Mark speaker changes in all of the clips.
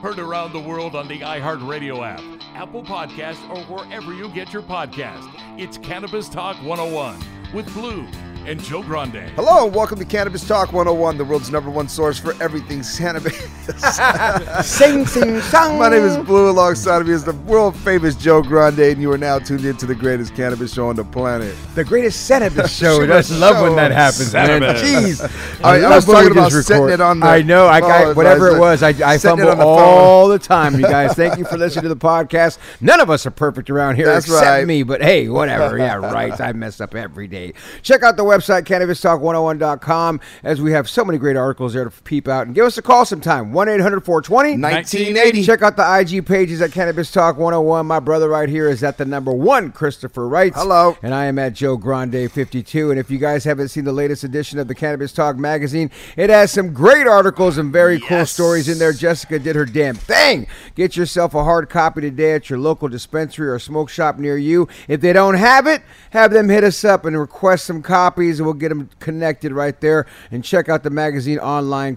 Speaker 1: Heard around the world on the iHeartRadio app, Apple Podcast, or wherever you get your podcast. It's Cannabis Talk 101 with Blue and Joe Grande.
Speaker 2: Hello, and welcome to Cannabis Talk 101, the world's number one source for everything cannabis.
Speaker 3: sing, sing, song.
Speaker 2: My name is Blue. Alongside of me is the world famous Joe Grande, and you are now tuned in to the greatest cannabis show on the planet.
Speaker 3: The greatest setup of the show.
Speaker 2: Sure,
Speaker 3: I just love
Speaker 2: show.
Speaker 3: when that happens, man.
Speaker 1: Setup.
Speaker 2: Jeez,
Speaker 3: I
Speaker 2: I, I
Speaker 3: love
Speaker 2: was
Speaker 3: when we
Speaker 2: talking about
Speaker 3: just
Speaker 2: setting
Speaker 3: record.
Speaker 2: it on. The,
Speaker 3: I know. I got
Speaker 2: oh,
Speaker 3: whatever
Speaker 2: no,
Speaker 3: it was. I, I
Speaker 2: setting it
Speaker 3: fumble
Speaker 2: on the
Speaker 3: all the time. You guys, thank you for listening to the podcast. None of us are perfect around here,
Speaker 2: That's
Speaker 3: except
Speaker 2: right.
Speaker 3: me. But hey, whatever. Yeah, right. I mess up every day. Check out the website cannabistalk101.com as we have so many great articles there to peep out and give us a call sometime. One 800 420
Speaker 2: 1980.
Speaker 3: Check out the IG pages at Cannabis Talk 101. My brother right here is at the number one, Christopher Wright.
Speaker 2: Hello.
Speaker 3: And I am at Joe Grande 52. And if you guys haven't seen the latest edition of the Cannabis Talk magazine, it has some great articles and very cool stories in there. Jessica did her damn thing. Get yourself a hard copy today at your local dispensary or smoke shop near you. If they don't have it, have them hit us up and request some copies, and we'll get them connected right there. And check out the magazine online,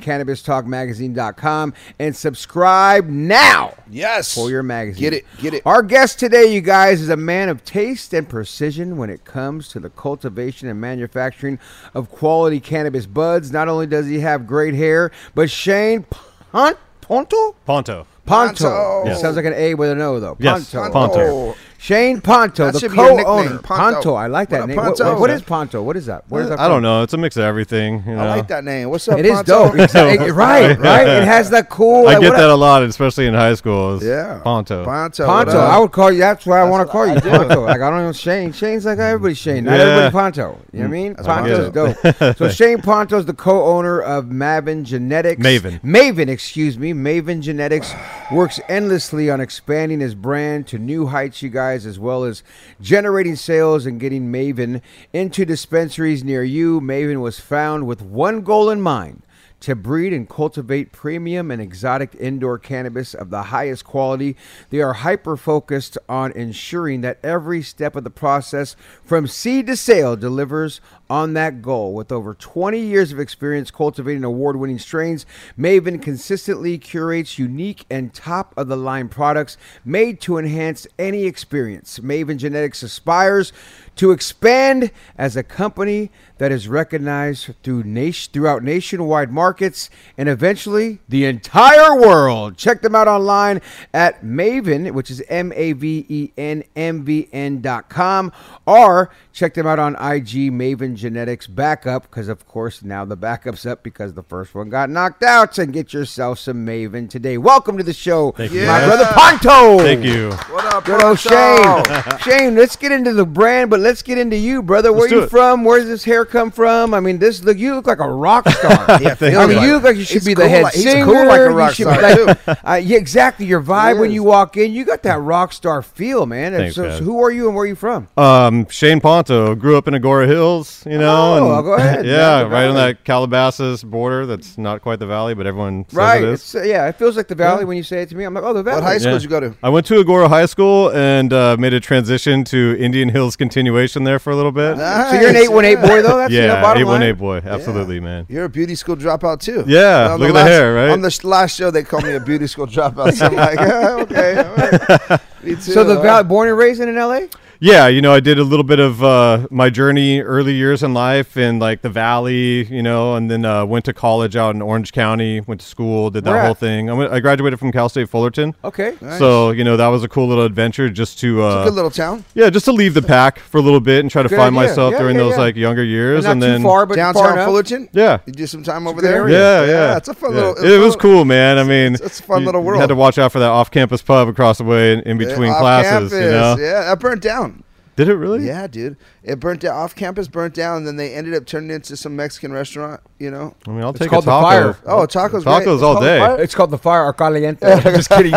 Speaker 3: cannabistalkmagazine.com, and subscribe now
Speaker 2: Yes,
Speaker 3: for your magazine.
Speaker 2: Get it, get it.
Speaker 3: Our guest today, you guys, is a man of taste and precision when it comes to the cultivation and manufacturing of quality cannabis buds. Not only does he have great hair, but Shane Pon- Ponto?
Speaker 4: Ponto.
Speaker 3: Ponto.
Speaker 2: Ponto.
Speaker 3: It sounds like an A with an O, though.
Speaker 4: Yes,
Speaker 3: Ponto.
Speaker 4: Ponto.
Speaker 3: Shane Ponto,
Speaker 2: That
Speaker 3: the
Speaker 2: should be your
Speaker 3: co
Speaker 2: nickname,
Speaker 3: owner.
Speaker 2: Ponto.
Speaker 3: I like
Speaker 2: What
Speaker 3: that
Speaker 2: up,
Speaker 3: name. What-
Speaker 2: Ponto?
Speaker 3: what- what is Ponto? What is that? Where is that
Speaker 4: I
Speaker 3: from?
Speaker 4: don't know. It's a mix of everything. You know?
Speaker 2: I like that name. What's up?
Speaker 3: It is
Speaker 2: Ponto?
Speaker 3: dope. It's- it- right, right. It has that cool.
Speaker 4: I
Speaker 3: like,
Speaker 4: get
Speaker 3: what
Speaker 4: that
Speaker 3: up-
Speaker 4: a lot, especially in high school. is
Speaker 2: Yeah,
Speaker 4: Ponto.
Speaker 2: Ponto. what
Speaker 3: Ponto.
Speaker 2: up?
Speaker 3: I would call you. That's what I want to call you. Ponto. Like I don't know Shane. Shane's like everybody Shane. Not
Speaker 4: Yeah.
Speaker 3: everybody Ponto. You know Mm. what I mean? Ponto's dope. So Shane Ponto's the co-owner of Maven Genetics.
Speaker 4: Maven.
Speaker 3: Maven, excuse me. Maven Genetics works endlessly on expanding his brand to new heights, you guys, as well as generating sales and getting Maven into dispensaries near you. Maven was found with one goal in mind to breed and cultivate premium and exotic indoor cannabis of the highest quality. They are hyper focused on ensuring that every step of the process from seed to sale delivers on that goal. With over 20 years of experience cultivating award winning strains, Maven consistently curates unique and top of the line products made to enhance any experience. Maven Genetics aspires to expand as a company that is recognized through nation, throughout nationwide markets and eventually the entire world. Check them out online at Maven, which is M A V E N M V N dot com, or check them out on IG Maven Genetics Backup, because of course now the backup's up because the first one got knocked out. And get yourself some Maven today. Welcome to the show,
Speaker 4: you.
Speaker 3: my
Speaker 4: Yeah.
Speaker 3: brother Ponto.
Speaker 4: Thank you.
Speaker 2: What up,
Speaker 3: Good old
Speaker 2: Ponto?
Speaker 3: Shane. Oh, Shane, let's get into the brand, but let's get into you, brother. Where
Speaker 4: Let's do
Speaker 3: you
Speaker 4: it.
Speaker 3: from? Where's this hair come from? I mean, this look you look like a rock star.
Speaker 2: Yeah,
Speaker 3: I
Speaker 2: feels
Speaker 3: I mean,
Speaker 2: like-
Speaker 3: you look like you should
Speaker 2: he's
Speaker 3: be the
Speaker 2: cool
Speaker 3: head
Speaker 2: like- he's
Speaker 3: singer.
Speaker 2: cool like a
Speaker 3: you
Speaker 2: rock
Speaker 3: should
Speaker 2: star,
Speaker 3: be like,
Speaker 2: too.
Speaker 3: Uh, yeah, exactly. Your vibe when
Speaker 2: is.
Speaker 3: you walk in, you got that rock star feel, man. And
Speaker 4: Thanks,
Speaker 3: so,
Speaker 4: man.
Speaker 3: so who are you and where are you from?
Speaker 4: Um, Shane Ponto grew up in Agora Hills, you know.
Speaker 3: Oh,
Speaker 4: and,
Speaker 3: go ahead.
Speaker 4: Yeah,
Speaker 3: Yeah, the
Speaker 4: right on
Speaker 3: valley.
Speaker 4: that Calabasas border. That's not quite the valley, but everyone says
Speaker 3: right.
Speaker 4: it is.
Speaker 3: It's, uh, yeah, it feels like the valley when you say it to me. I'm like, oh, the valley.
Speaker 2: What high school
Speaker 4: Yeah.
Speaker 2: did you go to?
Speaker 4: I went to Agora High School and uh, made a transition to Indian Hills continuation there for a little bit.
Speaker 3: So you're an
Speaker 2: Nice,
Speaker 3: 818 boy, though? That's you know,
Speaker 4: yeah,
Speaker 3: Ah, bottom
Speaker 4: eight one eight
Speaker 3: line.
Speaker 4: boy, absolutely, man.
Speaker 2: You're a beauty school dropout too.
Speaker 4: Yeah,
Speaker 2: And on
Speaker 4: look at the
Speaker 2: last,
Speaker 4: hair, right?
Speaker 2: On the sh- last show, they called me a beauty school dropout. So I'm like, "Ah, okay, all right. me too.
Speaker 3: So the
Speaker 2: huh?"
Speaker 3: valley, born and raised in L.A.?
Speaker 4: Yeah, you know, I did a little bit of uh, my journey early years in life in like the valley, you know, and then uh, went to college out in Orange County, went to school, did that
Speaker 3: Where
Speaker 4: whole
Speaker 3: at?
Speaker 4: thing. I, went, I graduated from Cal State Fullerton.
Speaker 3: Okay.
Speaker 4: So you know that was a cool little adventure just to
Speaker 2: It's
Speaker 4: uh,
Speaker 2: Oh, a good little town.
Speaker 4: yeah just to leave the pack for a little bit and try to
Speaker 3: Good
Speaker 4: find
Speaker 3: idea.
Speaker 4: myself
Speaker 3: Yeah,
Speaker 4: during
Speaker 3: yeah,
Speaker 4: those
Speaker 3: yeah.
Speaker 4: like younger years
Speaker 3: not
Speaker 4: and
Speaker 3: too
Speaker 4: then
Speaker 3: far, but far
Speaker 2: Downtown
Speaker 3: enough.
Speaker 2: Fullerton.
Speaker 4: Yeah.
Speaker 2: you do some time over
Speaker 3: good
Speaker 2: there.
Speaker 3: area.
Speaker 4: yeah, yeah,
Speaker 2: it's a fun
Speaker 4: yeah.
Speaker 2: little.
Speaker 4: It was
Speaker 2: fun-
Speaker 4: cool, man. I mean,
Speaker 2: it's- it's a fun
Speaker 4: you-
Speaker 2: little
Speaker 4: You had
Speaker 2: world.
Speaker 4: to watch out for that off-campus pub across the way in, in
Speaker 2: Yeah,
Speaker 4: between
Speaker 2: uh, off
Speaker 4: classes. You know,
Speaker 2: campus, Yeah, that burnt down.
Speaker 4: did it really?
Speaker 2: Yeah, dude, it burnt down. Off campus burnt down, and then they ended up turning into some Mexican restaurant. You know,
Speaker 4: I mean, I'll
Speaker 3: It's
Speaker 4: take
Speaker 3: called
Speaker 4: a
Speaker 3: The
Speaker 4: taco.
Speaker 3: Fire.
Speaker 2: Oh, tacos,
Speaker 4: tacos
Speaker 2: great. It's
Speaker 4: all
Speaker 2: called The
Speaker 4: day.
Speaker 2: Fire?
Speaker 3: It's called the Fire Arcaliente. I'm just kidding.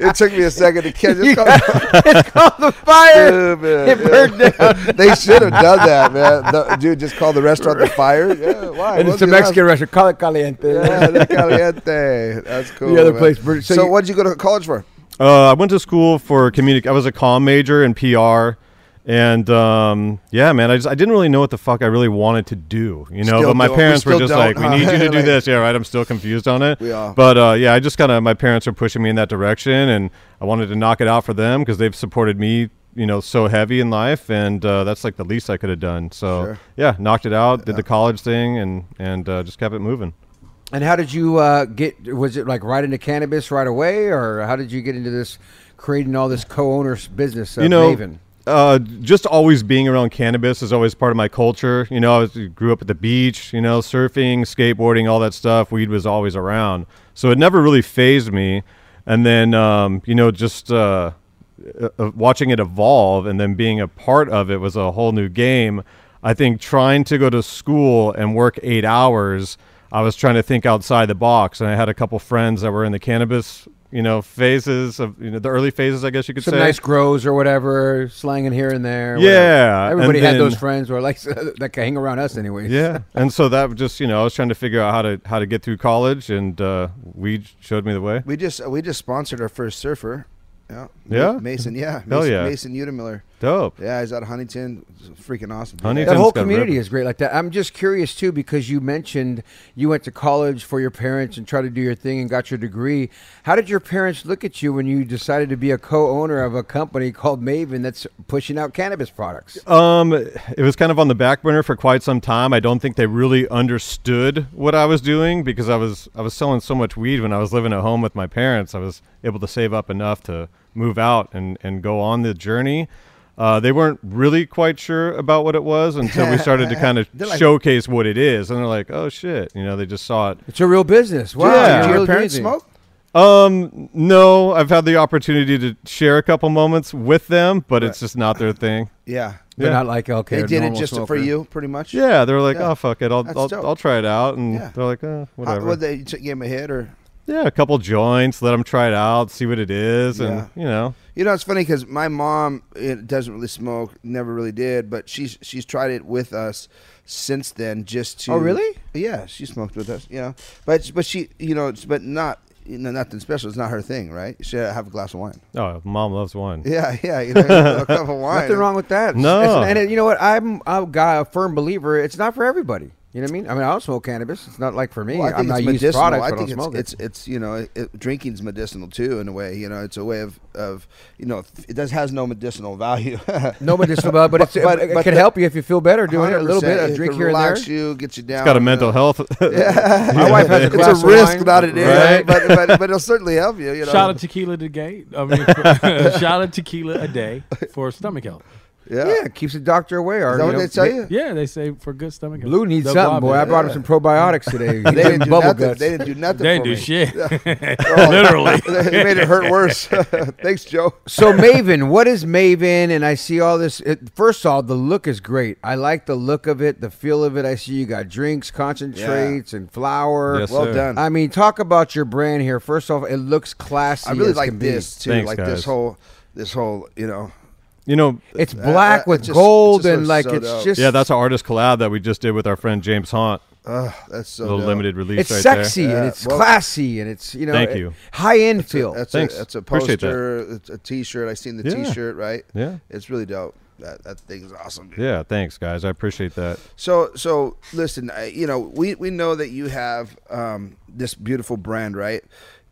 Speaker 2: it took me a second to catch. It's called-
Speaker 3: it's called Oh, the Fire.
Speaker 2: Dude, man,
Speaker 3: It
Speaker 2: yeah.
Speaker 3: burned down.
Speaker 2: they should have done that, man. The- dude, just call the restaurant the fire. Yeah, why?
Speaker 3: And
Speaker 2: What's
Speaker 3: it's a
Speaker 2: the
Speaker 3: Mexican restaurant. Call it Caliente.
Speaker 2: last- Yeah, the caliente. That's cool.
Speaker 3: other
Speaker 2: man.
Speaker 3: place, Bert- so
Speaker 2: So,
Speaker 3: you-
Speaker 2: what'd you go to college for?
Speaker 4: Uh, I went to school for communic. I was a comm major in PR, and um, yeah, man, I just I didn't really know what the fuck I really wanted to do, you know.
Speaker 2: Still
Speaker 4: but my
Speaker 2: don't. We
Speaker 4: parents were
Speaker 2: still
Speaker 4: just
Speaker 2: don't,
Speaker 4: like,
Speaker 2: huh?
Speaker 4: "We need you to do
Speaker 2: Like-
Speaker 4: this." Yeah, right. I'm still confused on it.
Speaker 2: We are.
Speaker 4: But uh, yeah, I just kind of my parents were pushing me in that direction, and I wanted to knock it out for them because they've supported me, you know, so heavy in life, and uh, that's like the least I could have done. So yeah, knocked it out, did the college thing, and and uh, just kept it moving.
Speaker 3: And how did you uh, get? Was it like right into cannabis right away, or how did you get into this creating all this co-owners business? Of
Speaker 4: you know,
Speaker 3: Maven?
Speaker 4: Uh, just always being around cannabis is always part of my culture. You know, I was, grew up at the beach, you know, surfing, skateboarding, all that stuff. Weed was always around. So it never really phased me. And then, um, you know, just uh, uh, uh, watching it evolve and then being a part of it was a whole new game. I think trying to go to school and work eight hours, I was trying to think outside the box. And I had a couple friends that were in the cannabis, you know, phases of, you know, the early phases, I guess you could
Speaker 3: some
Speaker 4: say.
Speaker 3: nice grows or whatever, slanging here and there. whatever.
Speaker 4: Yeah, and
Speaker 3: everybody had those
Speaker 4: then-
Speaker 3: friends or like that can hang around us anyways.
Speaker 4: Yeah, and so that just you know I was trying to figure out how to how to get through college, and uh, we showed me the way.
Speaker 2: We just uh, we just sponsored our first surfer. Yeah.
Speaker 4: Yeah?
Speaker 2: Mason. Yeah. Mason,
Speaker 4: Hell yeah.
Speaker 2: Mason Udemiller.
Speaker 4: Dope.
Speaker 2: Yeah, he's out of Huntington. It's Freaking awesome. dude.
Speaker 4: Huntington.
Speaker 3: That whole
Speaker 4: It's got
Speaker 3: community
Speaker 4: ribbon.
Speaker 3: is great like that. I'm just curious too because you mentioned you went to college for your parents and tried to do your thing and got your degree. How did your parents look at you when you decided to be a co-owner of a company called Maven that's pushing out cannabis products?
Speaker 2: Uh,
Speaker 4: Um, it was kind of on the back burner for quite some time. I don't think they really understood what I was doing because I was I was selling so much weed when I was living at home with my parents. I was able to save up enough to move out and and go on the journey. Uh, they weren't really quite sure about what it was until we started to kind of
Speaker 2: They're like-
Speaker 4: showcase what it is, and they're like, "Oh shit!" You know, they just saw it.
Speaker 3: It's a real business. Wow.
Speaker 4: Yeah.
Speaker 3: you're
Speaker 2: Did
Speaker 4: Yeah.
Speaker 2: your
Speaker 3: really
Speaker 2: parents
Speaker 3: doing it.
Speaker 2: smoke?
Speaker 4: Um, no, I've had the opportunity to share a couple moments with them, but it's just not their thing.
Speaker 2: Yeah.
Speaker 3: They're
Speaker 4: Yeah.
Speaker 3: not like okay.
Speaker 2: They
Speaker 3: a
Speaker 2: did it
Speaker 3: normal
Speaker 2: just
Speaker 3: smoker.
Speaker 2: for you, pretty much.
Speaker 4: Yeah, they're like,
Speaker 2: Yeah.
Speaker 4: oh fuck it, I'll
Speaker 2: That's
Speaker 4: I'll,
Speaker 2: dope.
Speaker 4: I'll try it out, and
Speaker 2: Yeah.
Speaker 4: they're like, eh,
Speaker 2: How,
Speaker 4: whatever.
Speaker 2: well, they took you a hit or
Speaker 4: yeah, a couple joints, let them try it out, see what it is, and
Speaker 2: Yeah.
Speaker 4: you know,
Speaker 2: You know, it's funny because my mom it doesn't really smoke, never really did, but she's she's tried it with us since then, just to.
Speaker 3: Oh, really?
Speaker 2: Yeah, she smoked with us. You know, but but she, you know, it's- but not you know nothing special. It's not her thing, right? She had to have a glass of wine.
Speaker 4: oh, mom loves wine.
Speaker 2: Yeah, yeah, you know, a cup of wine.
Speaker 3: Nothing wrong with that.
Speaker 4: No.
Speaker 3: It's- and it- you know what? I'm, I'm a guy, a firm believer. It's not for everybody. You know what I mean? I mean, I don't smoke cannabis. It's not like for me.
Speaker 2: Well, I
Speaker 3: I'm
Speaker 2: think
Speaker 3: not
Speaker 2: it's
Speaker 3: used
Speaker 2: medicinal.
Speaker 3: products.
Speaker 2: I think
Speaker 3: but I don't
Speaker 2: it's,
Speaker 3: smoke
Speaker 2: it's
Speaker 3: it.
Speaker 2: it's you know it, it- drinking's medicinal too in a way. You know, it's a way of of you know it does has no medicinal value.
Speaker 3: No medicinal, but, but, it's,
Speaker 2: But-
Speaker 3: it
Speaker 2: but
Speaker 3: can
Speaker 2: the-
Speaker 3: help you if you feel better doing it a little bit.
Speaker 2: 100%.
Speaker 3: A drink
Speaker 2: It
Speaker 3: here and there.
Speaker 2: relax you, get you down.
Speaker 4: It's got a
Speaker 2: you
Speaker 4: mental
Speaker 2: know.
Speaker 4: health.
Speaker 3: My wife has a glass
Speaker 2: it's
Speaker 3: of
Speaker 2: a risk,
Speaker 3: wine.
Speaker 2: not an error,
Speaker 4: Right?
Speaker 2: but, but, but it'll certainly help you. you know?
Speaker 5: Shot of tequila a day. I mean, shot of tequila a day for stomach health.
Speaker 2: Yeah.
Speaker 3: Yeah, it keeps the doctor away.
Speaker 2: Is
Speaker 3: Or,
Speaker 2: that what
Speaker 3: you know,
Speaker 2: they tell you?
Speaker 5: Yeah, they say for good stomach. health,
Speaker 3: Blue needs
Speaker 5: the
Speaker 3: something, boy. I
Speaker 5: guava.
Speaker 3: brought him some probiotics today.
Speaker 2: They didn't do
Speaker 3: Bubble
Speaker 2: nothing.
Speaker 3: guts.
Speaker 2: They didn't do nothing.
Speaker 5: They
Speaker 2: for
Speaker 5: didn't do
Speaker 2: me.
Speaker 5: shit.
Speaker 2: Oh,
Speaker 5: Literally.
Speaker 2: it made it hurt worse. Thanks, Joe.
Speaker 3: so Maven, what is Maven? And I see all this. It, first of all, the look is great. I like the look of it, the feel of it. I see you got drinks, concentrates, and flour.
Speaker 4: Yes,
Speaker 2: Well
Speaker 4: sir.
Speaker 2: done.
Speaker 3: I mean, talk about your brand here. First off, it looks classy.
Speaker 2: I really
Speaker 3: as
Speaker 2: like
Speaker 3: can be.
Speaker 2: this too.
Speaker 4: Thanks,
Speaker 2: like
Speaker 4: guys.
Speaker 2: this whole, this whole, you know,
Speaker 4: You know,
Speaker 3: It's black
Speaker 2: that-
Speaker 3: with
Speaker 2: it Uh, just-
Speaker 3: gold
Speaker 2: just
Speaker 3: and
Speaker 2: looks
Speaker 3: like
Speaker 2: so
Speaker 3: it's
Speaker 2: dope.
Speaker 3: just
Speaker 4: yeah, that's an artist collab that we just did with our friend James Haunt.
Speaker 2: uh, that's so
Speaker 4: the
Speaker 2: dope.
Speaker 4: limited release
Speaker 3: it's
Speaker 4: right
Speaker 3: sexy
Speaker 4: there.
Speaker 3: and
Speaker 2: Yeah,
Speaker 3: it's
Speaker 2: well-
Speaker 3: classy and it's you know
Speaker 4: Thank you.
Speaker 3: high end feel.
Speaker 2: That's
Speaker 4: Thanks.
Speaker 2: a that's a
Speaker 4: Appreciate that.
Speaker 2: poster, it's a T-shirt. I seen the
Speaker 4: Yeah.
Speaker 2: T-shirt, right?
Speaker 4: Yeah.
Speaker 2: it's really dope. That that thing is awesome. Dude.
Speaker 4: Yeah, thanks guys. I appreciate that.
Speaker 2: So so listen, I, you know, we we know that you have um, this beautiful brand, right?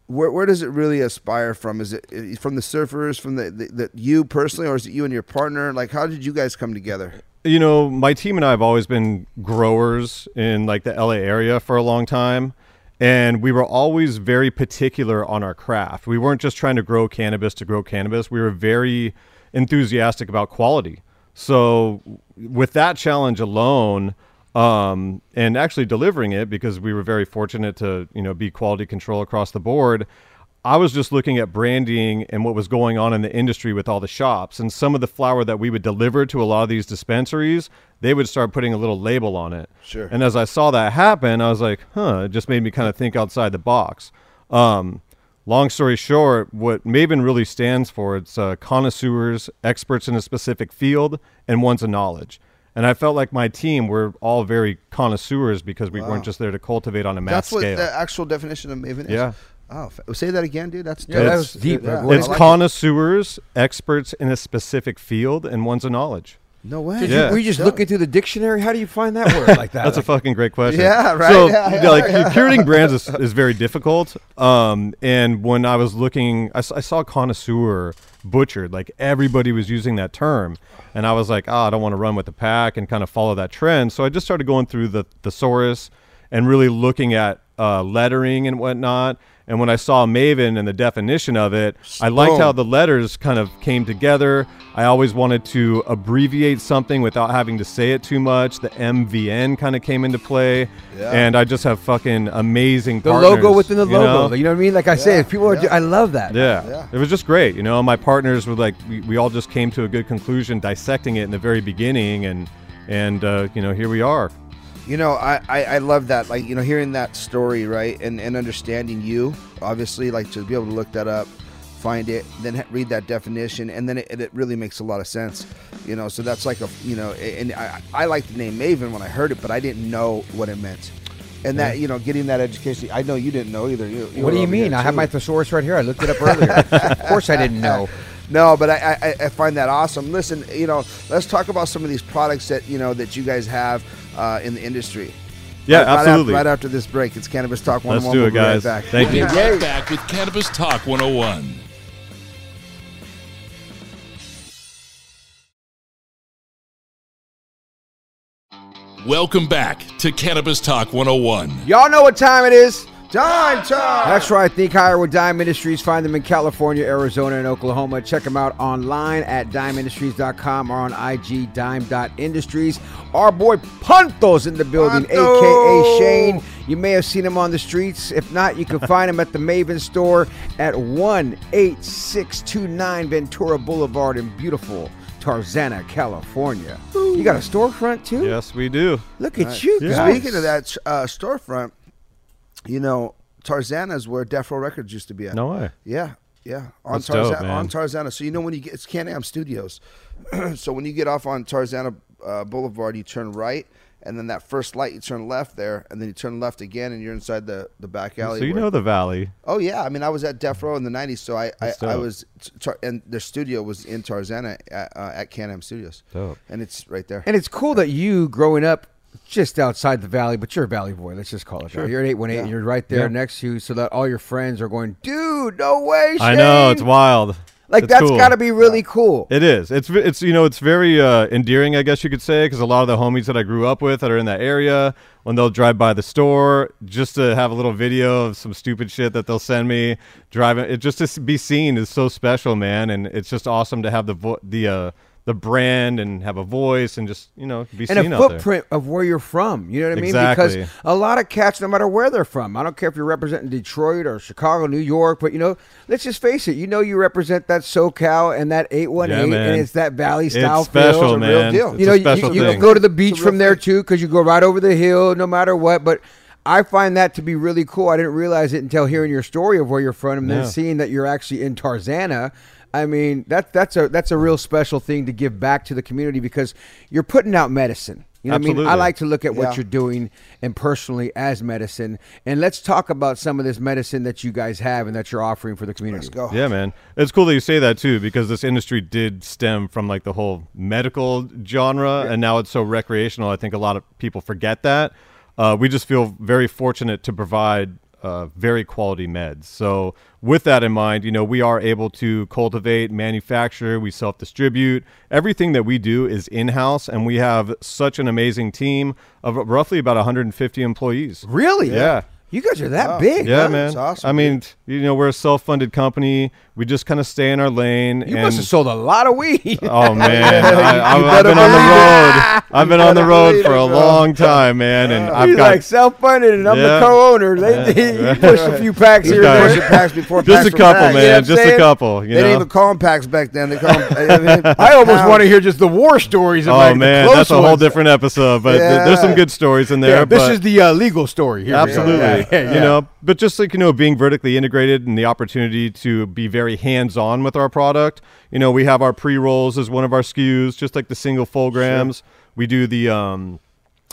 Speaker 2: Where, where does it really aspire from? Is it eh, from the surfers, from the, the, the you personally, or is it you and your partner? Like, how did you guys come together?
Speaker 4: you know, my team and I have always been growers in like the LA area for a long time. And we were always very particular on our craft. We weren't just trying to grow cannabis to grow cannabis. We were very enthusiastic about quality. So, with that challenge alone, um, and actually delivering it because we were very fortunate to, you know, be quality control across the board, I was just looking at branding and what was going on in the industry with all the shops. And some of the flour that we would deliver to a lot of these dispensaries, they would start putting a little label on it. Sure. And as I saw that happen, I was like, huh, it just made me kind of think outside the box. Um, long story short, what Maven really stands for, it's uh, connoisseurs, experts in a specific field, and ones of knowledge. And I felt like my team were all very connoisseurs because we weren't just there to cultivate on a mass
Speaker 2: That's what
Speaker 4: scale.
Speaker 2: the actual definition of maven is.
Speaker 4: Yeah.
Speaker 2: Oh, fa- say that again, dude. That's
Speaker 3: Yeah,
Speaker 2: dope.
Speaker 3: that was deep.
Speaker 2: Yeah,
Speaker 3: Well,
Speaker 4: it's
Speaker 2: I like it.
Speaker 4: connoisseurs, experts in a specific field, and ones of knowledge.
Speaker 2: No way.
Speaker 3: Did
Speaker 4: Yeah.
Speaker 3: you, were you just
Speaker 2: Dope.
Speaker 3: looking through the dictionary? How do you find that word like that?
Speaker 4: That's a
Speaker 3: Like-
Speaker 4: fucking great question.
Speaker 2: Yeah, right.
Speaker 4: So,
Speaker 2: Yeah,
Speaker 4: you
Speaker 2: yeah,
Speaker 4: know, like curating brands is, is very difficult. Um, and when I was looking, I, s- I saw connoisseur butchered. Like everybody was using that term, and I was like, ah, I don't want to run with the pack and kind of follow that trend. So I just started going through the thesaurus and really looking at uh, lettering and whatnot. And when I saw Maven and the definition of it, I liked
Speaker 2: Boom.
Speaker 4: how the letters kind of came together. I always wanted to abbreviate something without having to say it too much. The MVN kind of came into play, and I just have fucking amazing
Speaker 3: the
Speaker 4: partners,
Speaker 3: logo within the
Speaker 4: you
Speaker 3: logo.
Speaker 4: know?
Speaker 3: You know what I mean? Like I say, if people are, ju- I love that.
Speaker 4: Yeah. it was just great. You know, my partners were like, we, we all just came to a good conclusion dissecting it in the very beginning, and and uh, you know, here we are.
Speaker 2: You know, I, I, I love that. Like, you know, hearing that story, right? And, and understanding you, obviously, like to be able to look that up, find it, then ha- read that definition, and then it, it really makes a lot of sense. You know, so that's like a, you know, a- and I, I like the name Maven when I heard it, but I didn't know what it meant. And that, you know, getting that education, I know you didn't know either. You,
Speaker 3: What do
Speaker 2: were
Speaker 3: you
Speaker 2: over here,
Speaker 3: mean? I have
Speaker 2: too.
Speaker 3: my thesaurus right here. I looked it up earlier. of course, I didn't know.
Speaker 2: No, but I, I, I find that awesome. Listen, you know, let's talk about some of these products that you know that you guys have uh, in the industry.
Speaker 4: Yeah,
Speaker 2: right, right after-
Speaker 4: absolutely.
Speaker 2: Right after, this break, it's Cannabis Talk One
Speaker 4: Let's
Speaker 2: One.
Speaker 4: do
Speaker 2: we'll
Speaker 4: it,
Speaker 2: be right
Speaker 4: guys.
Speaker 2: back.
Speaker 4: Thank
Speaker 1: Be
Speaker 4: you.
Speaker 1: right back with Cannabis Talk 101. Welcome back to Cannabis Talk 101.
Speaker 3: Y'all know what time it is.
Speaker 2: Time, time.
Speaker 3: That's right. Think higher with Dime Industries. Find them in California, Arizona, and Oklahoma. Check them out online at dimeindustries.com or on IG dime.industries. Our boy Punto's in the building,
Speaker 2: Punto!
Speaker 3: aka Shane. You may have seen him on the streets. If not, you can find him at the Maven store at 18629 Ventura Boulevard in beautiful Tarzana, California. You got a storefront too?
Speaker 4: Yes, we do.
Speaker 3: Look at you guys.
Speaker 2: Speaking of that uh, storefront, you know, Tarzana's where Death Row Records used to be at.
Speaker 4: No way.
Speaker 2: Yeah, yeah. On
Speaker 4: That's
Speaker 2: Tarzana,
Speaker 4: dope, man.
Speaker 2: on Tarzana. So you know when you get it's Can Am Studios. so when you get off on Tarzana uh, Boulevard, you turn right, and then that first light, you turn left there, and then you turn left again, and you're inside the the back alley.
Speaker 4: So you
Speaker 2: where-
Speaker 4: know the valley.
Speaker 2: Oh yeah, I mean I was at Death Row in the '90s, so I I,
Speaker 4: That's
Speaker 2: I
Speaker 4: dope.
Speaker 2: was tar- and their studio was in Tarzana at, uh, at Can Am Studios.
Speaker 4: Dope.
Speaker 2: And it's right there.
Speaker 3: And it's cool that you growing up just outside the valley, but you're a valley boy. Let's just call it. that. You're at eight one eight. and You're right there
Speaker 4: Yeah.
Speaker 3: next to you, so that all your friends are going, dude. No way.
Speaker 4: I know
Speaker 3: Shane!"
Speaker 4: it's wild.
Speaker 3: Like
Speaker 4: It's
Speaker 3: that's
Speaker 4: cool.
Speaker 3: got to be really cool.
Speaker 4: It is. It's v- it's you know it's very uh, endearing, I guess you could say, because a lot of the homies that I grew up with that are in that area, when they'll drive by the store, just to have a little video of some stupid shit that they'll send me driving, it just to s- be seen is so special, man, and it's just awesome to have the vo- the uh, the brand and have a voice and just you know be
Speaker 3: and
Speaker 4: seen
Speaker 3: a
Speaker 4: out there.
Speaker 3: footprint of where you're from. You know what I mean?
Speaker 4: Exactly.
Speaker 3: Because a lot of cats, no matter where they're from, I don't care if you're representing Detroit or Chicago, New York, but you know, let's just face it. You know, you represent that SoCal and that eight one
Speaker 4: Yeah,
Speaker 3: eight,
Speaker 4: man.
Speaker 3: and it's that Valley
Speaker 4: It's
Speaker 3: style
Speaker 4: special,
Speaker 3: feel.
Speaker 4: man.
Speaker 2: deal.
Speaker 4: It's
Speaker 3: you know,
Speaker 4: a
Speaker 3: you-
Speaker 4: special
Speaker 3: you,
Speaker 4: thing.
Speaker 3: go to the beach from there too because you go right over the hill, no matter what. But I find that to be really cool. I didn't realize it until hearing your story of where you're from, and
Speaker 4: Yeah.
Speaker 3: then seeing that you're actually in Tarzana. I mean, that that's a that's a real special thing to give back to the community because you're putting out medicine. You know what I mean? I
Speaker 4: Absolutely.
Speaker 3: like to look at what
Speaker 2: Yeah.
Speaker 3: you're doing and personally as medicine. And let's talk about some of this medicine that you guys have and that you're offering for the community.
Speaker 2: go.
Speaker 4: Yeah, man. It's cool that you say that too, because this industry did stem from like the whole medical genre, and now it's so recreational. I think a lot of people forget that. Uh, we just feel very fortunate to provide uh, very quality meds. So, with that in mind, you know, we are able to cultivate, manufacture, we self distribute. Everything that we do is in house, and we have such an amazing team of roughly about 150 employees.
Speaker 3: Really?
Speaker 4: Yeah.
Speaker 3: You guys are that big.
Speaker 4: Yeah,
Speaker 2: Yeah,
Speaker 4: man.
Speaker 2: it's awesome,
Speaker 4: I mean, you know, we're a self-funded company. We just kind of stay in our lane.
Speaker 3: You
Speaker 4: and,
Speaker 3: must have sold a lot of weed.
Speaker 4: Oh man, I, I've, I've
Speaker 2: better
Speaker 4: been on the
Speaker 2: believe
Speaker 4: road. I've been on the
Speaker 2: better
Speaker 4: road
Speaker 2: believe
Speaker 4: for
Speaker 2: it,
Speaker 4: a
Speaker 2: bro. Uh,
Speaker 4: long time, man. And I've
Speaker 3: He's
Speaker 4: got
Speaker 3: like self-funded, and I'm
Speaker 4: Yeah.
Speaker 3: the co-owner. They,
Speaker 4: Yeah.
Speaker 3: you push a few packs here.
Speaker 4: Right.
Speaker 3: and
Speaker 2: Push
Speaker 3: there.
Speaker 2: it packs before
Speaker 4: Just
Speaker 2: packs
Speaker 4: a
Speaker 2: were
Speaker 4: couple,
Speaker 2: packs.
Speaker 4: man.
Speaker 2: You know what I'm
Speaker 4: Just a
Speaker 2: saying?
Speaker 4: couple, you
Speaker 2: they
Speaker 4: know?
Speaker 2: didn't even call them packs back then. They call 'em- I, mean,
Speaker 3: I almost
Speaker 2: now-
Speaker 3: want to hear just the war stories. Of
Speaker 4: oh
Speaker 3: like the
Speaker 4: man,
Speaker 3: close
Speaker 4: that's a whole
Speaker 3: ones.
Speaker 4: different episode. But th- there's some
Speaker 2: Yeah.
Speaker 4: good stories in there.
Speaker 3: Yeah, this
Speaker 4: but-
Speaker 3: is the uh, legal story here.
Speaker 4: Absolutely.
Speaker 3: Yeah, yeah, yeah.
Speaker 4: You know, but just like, you know, being vertically integrated and the opportunity to be very hands on with our product. You know, we have our pre rolls as one of our SKUs, just like the single full grams. We do the, um,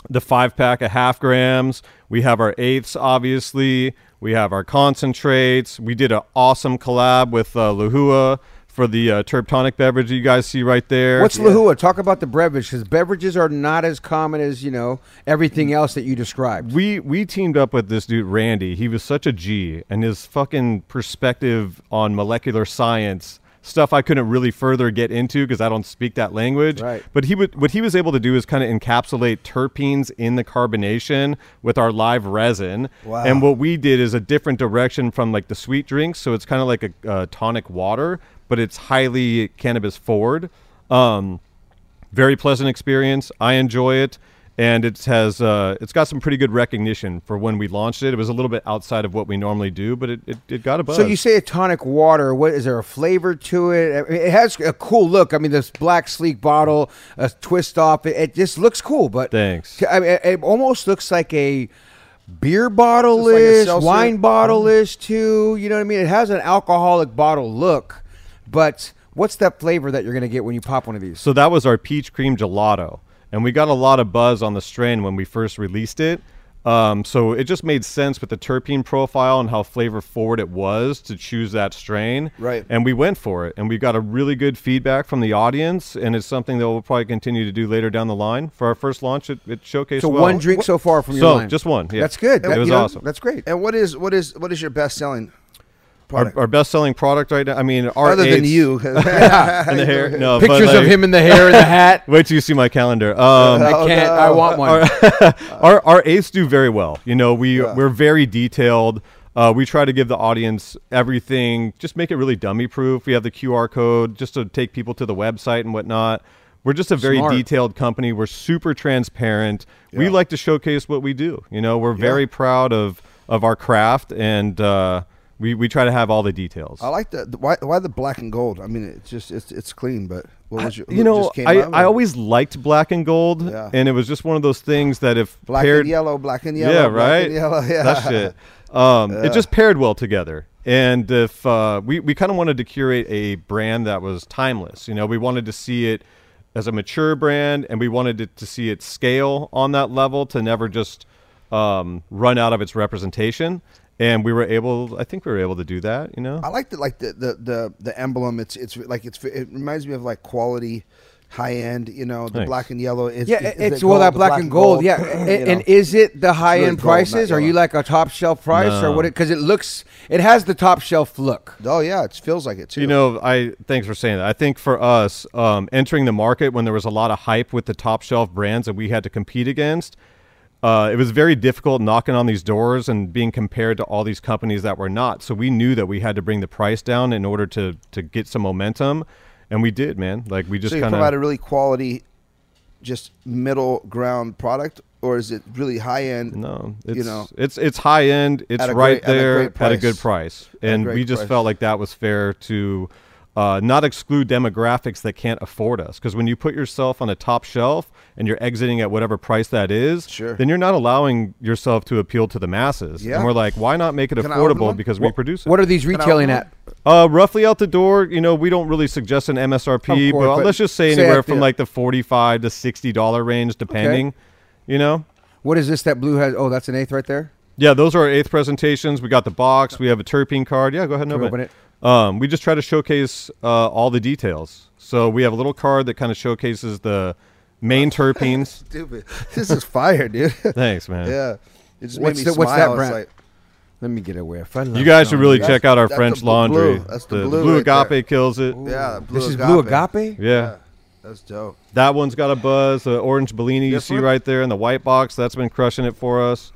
Speaker 4: the five pack of half grams. We have our eighths, obviously. We have our concentrates. We did an awesome collab with uh, Lahua for the uh, terp tonic beverage you guys see right there.
Speaker 3: What's Lahua? Talk about the beverage because beverages are not as common as you know everything else that you described.
Speaker 4: we we teamed up with this dude Randy. He was such a G, and his fucking perspective on molecular science stuff I couldn't really further get into because I don't speak that language.
Speaker 3: Right.
Speaker 4: But he would what he was able to do is kind of encapsulate terpenes in the carbonation with our live resin. Wow. And what we did is a different direction from like the sweet drinks, so it's kind of like a uh, tonic water, but it's highly cannabis forward. Um, very pleasant experience. I enjoy it, and it has uh, it's got some pretty good recognition for when we launched it. It was a little bit outside of what we normally do, but it, it, it got a buzz.
Speaker 3: So you say a tonic water. What is there a flavor to it? I mean, it has a cool look. I mean, this black sleek bottle, a twist off. It, it just looks cool. But
Speaker 4: Thanks.
Speaker 3: I mean, it, it almost looks like a beer bottle
Speaker 2: Just like a
Speaker 3: ish,
Speaker 2: seltzer.
Speaker 3: wine bottle
Speaker 4: Mm-hmm.
Speaker 3: ish too. You know what I mean? It has an alcoholic bottle look, but what's that flavor that you're gonna get when you pop one of these?
Speaker 4: So that was our peach cream gelato, and we got a lot of buzz on the strain when we first released it. Um, so it just made sense with the terpene profile and how flavor forward it was to choose that strain.
Speaker 2: Right.
Speaker 4: And we went for it, and we got a really good feedback from the audience, and it's something that we'll probably continue to do later down the line. For our first launch, it, it showcased.
Speaker 3: So
Speaker 4: well.
Speaker 3: one drink so far from your
Speaker 4: So,
Speaker 3: line.
Speaker 4: just one, yeah.
Speaker 3: That's good.
Speaker 4: It
Speaker 3: That-
Speaker 4: was
Speaker 3: you know,
Speaker 4: awesome. Uh,
Speaker 3: That's great.
Speaker 2: And what is what is what is your best selling
Speaker 4: our,
Speaker 2: product
Speaker 4: our best selling product right now. I mean, our
Speaker 2: other than
Speaker 4: eights
Speaker 2: you?
Speaker 4: and the hair. No, but,
Speaker 3: Pictures of
Speaker 4: like,
Speaker 3: him in the hair and the hat.
Speaker 4: Wait till you see my calendar. Um,
Speaker 3: I can't. I want one.
Speaker 4: uh, our our eights do very well. You know, we we're very detailed. Uh, we try to give the audience everything. Just make it really dummy proof. We have the QR code just to take people to the website and whatnot. We're just a very
Speaker 3: Smart.
Speaker 4: detailed company. We're super transparent. We like to showcase what we do. You know, we're very proud of of our craft, and uh, we we try to have all the details.
Speaker 2: I like the, the why, why the black and gold. I mean, it's just it's it's clean, but what was your,
Speaker 4: you
Speaker 2: it
Speaker 4: know,
Speaker 2: just came
Speaker 4: I,
Speaker 2: out with
Speaker 4: I
Speaker 2: it.
Speaker 4: always liked black and gold,
Speaker 2: Yeah.
Speaker 4: and it was just one of those things that if
Speaker 2: black
Speaker 4: paired,
Speaker 2: and yellow, black and yellow,
Speaker 4: yeah,
Speaker 2: black
Speaker 4: right,
Speaker 2: and yellow, yeah,
Speaker 4: that shit. Um, It just paired well together, and if uh, we we kind of wanted to curate a brand that was timeless, you know, we wanted to see it as a mature brand, and we wanted it to see it scale on that level to never just um, run out of its representation. And we were able, I think we were able to do that, you know.
Speaker 2: I like the like the the the, the emblem. It's it's like it's it reminds me of like quality, high end. You know, the
Speaker 4: Thanks.
Speaker 2: black and yellow. It's,
Speaker 3: Yeah,
Speaker 2: it's,
Speaker 3: it's,
Speaker 2: the
Speaker 3: well
Speaker 2: gold,
Speaker 3: that
Speaker 2: the
Speaker 3: black, and gold. Yeah,
Speaker 2: you
Speaker 3: and, and
Speaker 2: know.
Speaker 3: is it the high
Speaker 2: really
Speaker 3: end
Speaker 2: gold, not
Speaker 3: prices? Are you
Speaker 2: yellow.
Speaker 3: like a top shelf price or what? Because it, looks, it has the top shelf look.
Speaker 2: oh yeah, it feels like it too.
Speaker 4: You know, I thanks for saying that. I think for us, um, entering the market when there was a lot of hype with the top shelf brands that we had to compete against, uh, it was very difficult knocking on these doors and being compared to all these companies that were not. So we knew that we had to bring the price down in order to to get some momentum. and we did, man. Like we just
Speaker 2: so you
Speaker 4: kind of
Speaker 2: provide a really quality, just middle ground product, or is it really high end?
Speaker 4: No,
Speaker 2: you
Speaker 4: it's,
Speaker 2: know.
Speaker 4: it's it's high end. It's
Speaker 2: At a
Speaker 4: right
Speaker 2: great- at a
Speaker 4: there
Speaker 2: great
Speaker 4: at a good price,
Speaker 2: At a
Speaker 4: and
Speaker 2: great
Speaker 4: we just
Speaker 2: price.
Speaker 4: felt like that was fair to uh, not exclude demographics that can't afford us. Because when you put yourself on a top shelf and you're exiting at whatever price that is,
Speaker 2: Sure.
Speaker 4: then you're not allowing yourself to appeal to the masses.
Speaker 2: Yeah.
Speaker 4: And we're like, why not make it
Speaker 2: Can I open
Speaker 4: affordable?
Speaker 2: one?
Speaker 4: Because we
Speaker 3: What,
Speaker 4: produce it.
Speaker 3: what are these
Speaker 2: open
Speaker 3: retailing at?
Speaker 4: Uh, roughly out the door, you know, we don't really suggest an MSRP,
Speaker 3: Of course,
Speaker 4: but,
Speaker 3: but
Speaker 4: let's just say
Speaker 3: say
Speaker 4: anywhere
Speaker 3: at the-
Speaker 4: from like the forty-five to sixty dollar range, depending. You know,
Speaker 3: What is this that blue has? Oh, that's an eighth right there.
Speaker 4: yeah, those are our eighth presentations. We got the box. We have a terpene card. Yeah, go ahead and
Speaker 3: Can
Speaker 4: open,
Speaker 3: we open it?
Speaker 4: Um, we just try to showcase uh, all the details. So we have a little card that kind of showcases the main terpenes.
Speaker 2: Stupid. This is fire, dude.
Speaker 4: Thanks, man.
Speaker 2: yeah. It just
Speaker 3: What's
Speaker 2: made me
Speaker 3: the-
Speaker 2: smile.
Speaker 3: what's that
Speaker 2: It's
Speaker 3: brand?
Speaker 2: like-
Speaker 3: Let me get away. If I love
Speaker 4: You guys should
Speaker 3: John
Speaker 4: really
Speaker 3: Lewis.
Speaker 4: check out our
Speaker 2: that's
Speaker 4: French
Speaker 2: the blue-
Speaker 4: laundry.
Speaker 2: blue. That's the blue right
Speaker 4: agape
Speaker 2: there.
Speaker 4: kills it.
Speaker 2: yeah, blue
Speaker 3: This is
Speaker 2: agape.
Speaker 3: blue agape.
Speaker 4: Yeah.
Speaker 2: That's dope.
Speaker 4: That one's got a buzz. The orange Bellini you
Speaker 2: This
Speaker 4: see
Speaker 2: one?
Speaker 4: right there in the white box, that's been crushing it for us.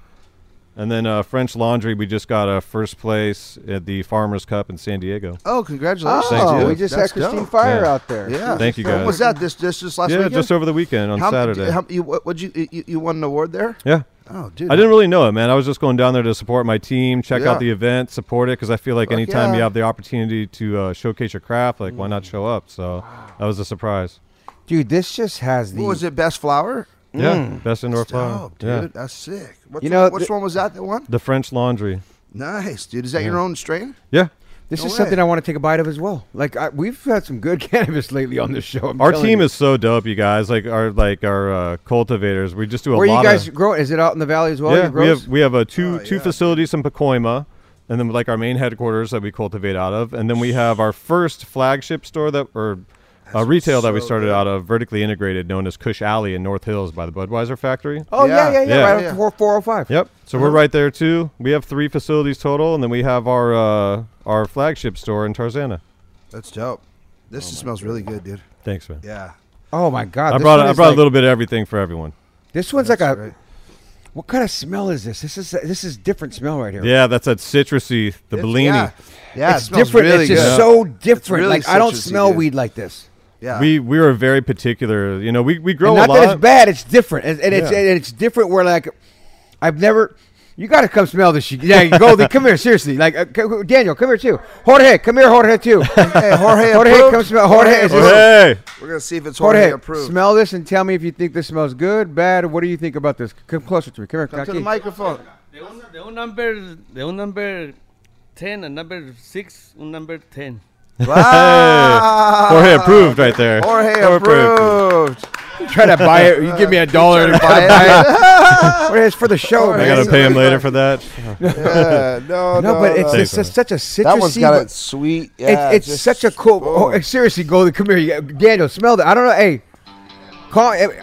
Speaker 4: And then uh, French Laundry, we just got a first place at the Farmers Cup in San Diego.
Speaker 2: Oh, congratulations!
Speaker 4: Thank
Speaker 3: Oh,
Speaker 4: you.
Speaker 3: we just
Speaker 2: That's
Speaker 3: had Christine
Speaker 2: dope.
Speaker 3: Fire
Speaker 4: Yeah.
Speaker 3: out there.
Speaker 2: Yeah.
Speaker 4: Thank you,
Speaker 2: When
Speaker 4: guys.
Speaker 2: was that? This this just last
Speaker 4: yeah,
Speaker 2: weekend.
Speaker 4: just over the weekend on
Speaker 2: how,
Speaker 4: Saturday.
Speaker 2: How, you, what, what'd you, you you won an award there?
Speaker 4: yeah.
Speaker 2: Oh, dude.
Speaker 4: I didn't really know it, man. I was just going down there to support my team, check
Speaker 2: Yeah.
Speaker 4: out the event, support it, because I feel like anytime you
Speaker 2: yeah.
Speaker 4: have the opportunity to uh, showcase your craft, like why not
Speaker 3: Mm.
Speaker 4: show up? So that was a surprise.
Speaker 3: Dude, this just has the.
Speaker 2: What was it? Best flower.
Speaker 4: Yeah, best indoor flower.
Speaker 2: Oh, dude,
Speaker 4: Yeah,
Speaker 2: that's sick. What's
Speaker 3: You know,
Speaker 2: which
Speaker 3: th-
Speaker 2: one was that? That one?
Speaker 4: the French Laundry.
Speaker 2: Nice, dude. Is that your own strain?
Speaker 4: Yeah,
Speaker 3: This
Speaker 2: No
Speaker 3: is something
Speaker 2: way.
Speaker 3: I want to take a bite of as well. Like I, we've had some good cannabis lately on this show. I'm
Speaker 4: our
Speaker 3: telling
Speaker 4: team
Speaker 3: you.
Speaker 4: is so dope, you guys. Like our like our uh, cultivators, we just do a
Speaker 3: Where you
Speaker 4: lot
Speaker 3: guys
Speaker 4: of.
Speaker 3: grow? Is it out in the valley as well?
Speaker 4: yeah,
Speaker 3: your
Speaker 4: we
Speaker 3: grows?
Speaker 4: have we have uh, two
Speaker 2: Oh,
Speaker 4: two
Speaker 2: yeah.
Speaker 4: facilities in Pacoima, and then like our main headquarters that we cultivate out of, and then we have our first flagship store that or uh, retail that we
Speaker 2: so
Speaker 4: started
Speaker 2: good.
Speaker 4: out of, vertically integrated, known as Kush Alley in North Hills by the Budweiser factory.
Speaker 3: oh yeah, yeah, yeah.
Speaker 4: Yeah.
Speaker 3: Right
Speaker 2: Yeah.
Speaker 3: off four four oh five.
Speaker 4: Yep. So we're right there too. We have three facilities total, and then we have our uh, our flagship store in Tarzana.
Speaker 2: That's dope. This
Speaker 4: Oh
Speaker 2: smells really good, dude.
Speaker 4: Thanks, man.
Speaker 2: Yeah.
Speaker 3: Oh my god.
Speaker 4: I
Speaker 3: this
Speaker 4: brought
Speaker 3: one
Speaker 4: I
Speaker 3: is
Speaker 4: brought
Speaker 3: like-
Speaker 4: a little bit of everything for everyone.
Speaker 3: This one's like a.
Speaker 2: great.
Speaker 3: What kind of smell is this? This is this is different smell right here.
Speaker 4: Yeah, that's that citrusy, the
Speaker 2: It's-
Speaker 4: Bellini.
Speaker 2: Yeah, yeah it
Speaker 3: it's
Speaker 2: smells
Speaker 3: different.
Speaker 2: Really
Speaker 3: it's just
Speaker 2: good.
Speaker 3: so different.
Speaker 2: really
Speaker 3: like I don't
Speaker 2: citrusy,
Speaker 3: smell
Speaker 2: dude.
Speaker 3: weed like this.
Speaker 2: Yeah.
Speaker 4: We we are very particular. You know, we, we
Speaker 2: Oh,
Speaker 4: grow
Speaker 3: And
Speaker 4: a
Speaker 3: not
Speaker 4: lot.
Speaker 3: that it's bad. It's different, and, and it's
Speaker 4: Yeah.
Speaker 3: and it's different. Where like, I've never. You gotta come smell this shit. Yeah, go. come here, seriously. Like uh, c- Daniel, come here too. Jorge, come here, Jorge too.
Speaker 2: hey, Jorge,
Speaker 3: Jorge,
Speaker 2: approved?
Speaker 3: come smell- Jorge, is this-
Speaker 4: Hey,
Speaker 2: We're gonna see if it's Jorge,
Speaker 3: Jorge,
Speaker 2: approved.
Speaker 3: smell this and tell me if you think this smells good, bad. What do you think about this? Come closer to me. Come here,
Speaker 2: Come to the
Speaker 3: Kaki.
Speaker 2: microphone.
Speaker 6: De un, de un number, de un number 10, a number 6, un number 10.
Speaker 2: Wow.
Speaker 4: Jorge approved right there.
Speaker 2: Ah, Jorge approved.
Speaker 3: Try to buy it. You give me a dollar. to buy it. Jorge, it's for the show,
Speaker 2: Jorge.
Speaker 4: I
Speaker 3: man.
Speaker 4: gotta pay him later for that.
Speaker 2: Yeah, no, no,
Speaker 3: No, but it's,
Speaker 2: no.
Speaker 3: it's, it's such a citrusy.
Speaker 2: that one's got
Speaker 3: but
Speaker 2: a sweet.
Speaker 3: it-
Speaker 2: Yeah,
Speaker 3: it's
Speaker 2: just-
Speaker 3: such a cool.
Speaker 2: oh.
Speaker 3: Oh, seriously, Golden, come here, You- Daniel. Smell that. I don't know. Hey, call. I,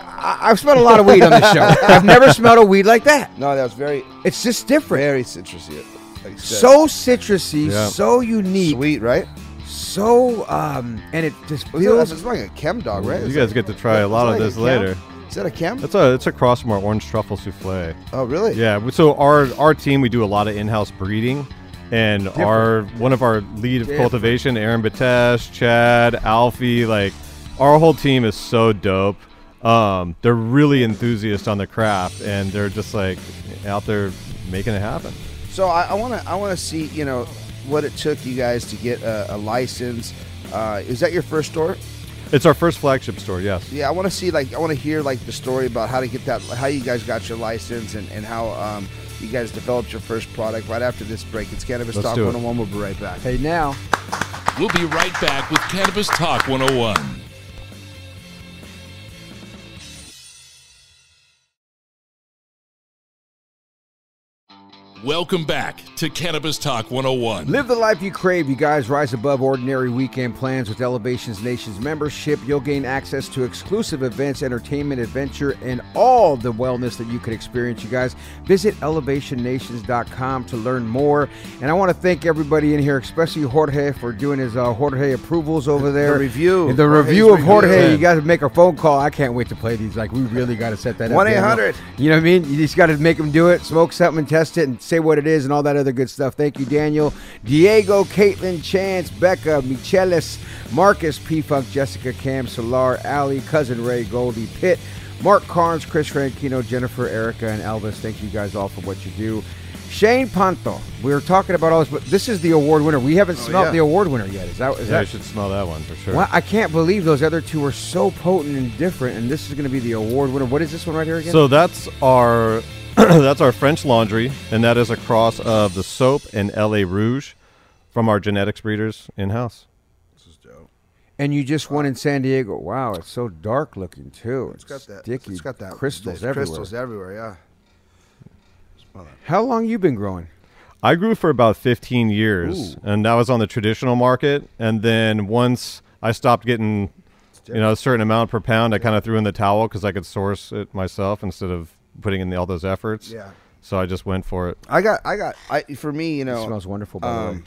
Speaker 3: I've smelled a lot of weed on this show. I've never smelled a weed like that.
Speaker 2: No, that's very,
Speaker 3: It's just different.
Speaker 2: very citrusy. Like you said.
Speaker 3: So citrusy,
Speaker 4: Yeah.
Speaker 3: so unique,
Speaker 2: sweet, right?
Speaker 3: so um, and it just
Speaker 2: What's that?
Speaker 3: feels.
Speaker 2: It's like a chem dog, right?
Speaker 4: You
Speaker 2: Is
Speaker 4: guys
Speaker 2: that-
Speaker 4: get to try a
Speaker 2: is
Speaker 4: lot of
Speaker 2: that
Speaker 4: this
Speaker 2: a chem?
Speaker 4: later.
Speaker 2: Is that a chem?
Speaker 4: That's a it's a cross from our orange truffle souffle.
Speaker 2: oh, really?
Speaker 4: Yeah. we- So our our team we do a lot of in-house breeding, and our one of our lead of cultivation, Aaron Batesh, Chad, Alfie, like our whole team is so dope. Um, they're really enthusiasts on the craft, and they're just like out there making it happen.
Speaker 2: So I want to I want to see you know what it took you guys to get a, a license. Uh, is that your first store?
Speaker 4: It's our first flagship store. Yes.
Speaker 2: Yeah, I want to see like I want to hear like the story about how to get that, how you guys got your license, and and how um, you guys developed your first product. Right after this break, it's Cannabis
Speaker 4: Let's
Speaker 2: Talk
Speaker 4: do it.
Speaker 2: 101. We'll be right back.
Speaker 3: Hey, now.
Speaker 1: We'll be right back with Cannabis Talk 101. Welcome back to Cannabis Talk 101.
Speaker 3: Live the life you crave, you guys. Rise above ordinary weekend plans with Elevations Nation's membership. You'll gain access to exclusive events, entertainment, adventure, and all the wellness that you could experience, you guys. Visit elevationnations.com to learn more. And I want to thank everybody in here, especially Jorge, for doing his uh, Jorge approvals over there.
Speaker 2: review.
Speaker 3: The
Speaker 2: Jorge's
Speaker 3: review of
Speaker 2: review.
Speaker 3: Jorge.
Speaker 2: Yeah.
Speaker 3: You guys make a phone call. I can't wait to play these. Like, we really got to set that up. Daniel.
Speaker 2: 1-800.
Speaker 3: You know what I mean? You just got to make them do it, smoke something, test it, and say what it is, and all that other good stuff. Thank you, Daniel, Diego, Caitlin, Chance, Becca, Michelis, Marcus, P Funk, Jessica, Cam, Solar, Allie, Cousin Ray, Goldie, Pitt, Mark Carnes, Chris Franchino, Jennifer, Erica, and Elvis. Thank you guys all for what you do. Shane Panto, we were talking about all this, but this is the award winner. We haven't smelled
Speaker 2: yeah.
Speaker 3: the award winner yet. Is that is
Speaker 4: Yeah, I
Speaker 3: that
Speaker 4: should smell that one for sure.
Speaker 3: Wow, I can't believe those other two are so potent and different, and this is going to be the award winner. What is this one right here again?
Speaker 4: So that's our that's our French laundry, and that is a cross of the soap and LA Rouge from our genetics breeders in house.
Speaker 3: and you just won in San Diego. Wow, it's so dark looking too.
Speaker 2: It's
Speaker 3: It's,
Speaker 2: got that.
Speaker 3: sticky.
Speaker 2: It's got that.
Speaker 3: crystals
Speaker 2: the
Speaker 3: everywhere.
Speaker 2: Crystals everywhere. Yeah.
Speaker 3: How long you been growing?
Speaker 4: I grew for about 15 years, and that was on the traditional market. And then once I stopped getting, you know, a certain amount per pound, I kind of threw in the towel because I could source it myself instead of putting in all those efforts.
Speaker 2: Yeah.
Speaker 4: So I just went for it.
Speaker 2: I got. I got. I for me, you know,
Speaker 3: It smells wonderful, by
Speaker 2: um,
Speaker 3: the way.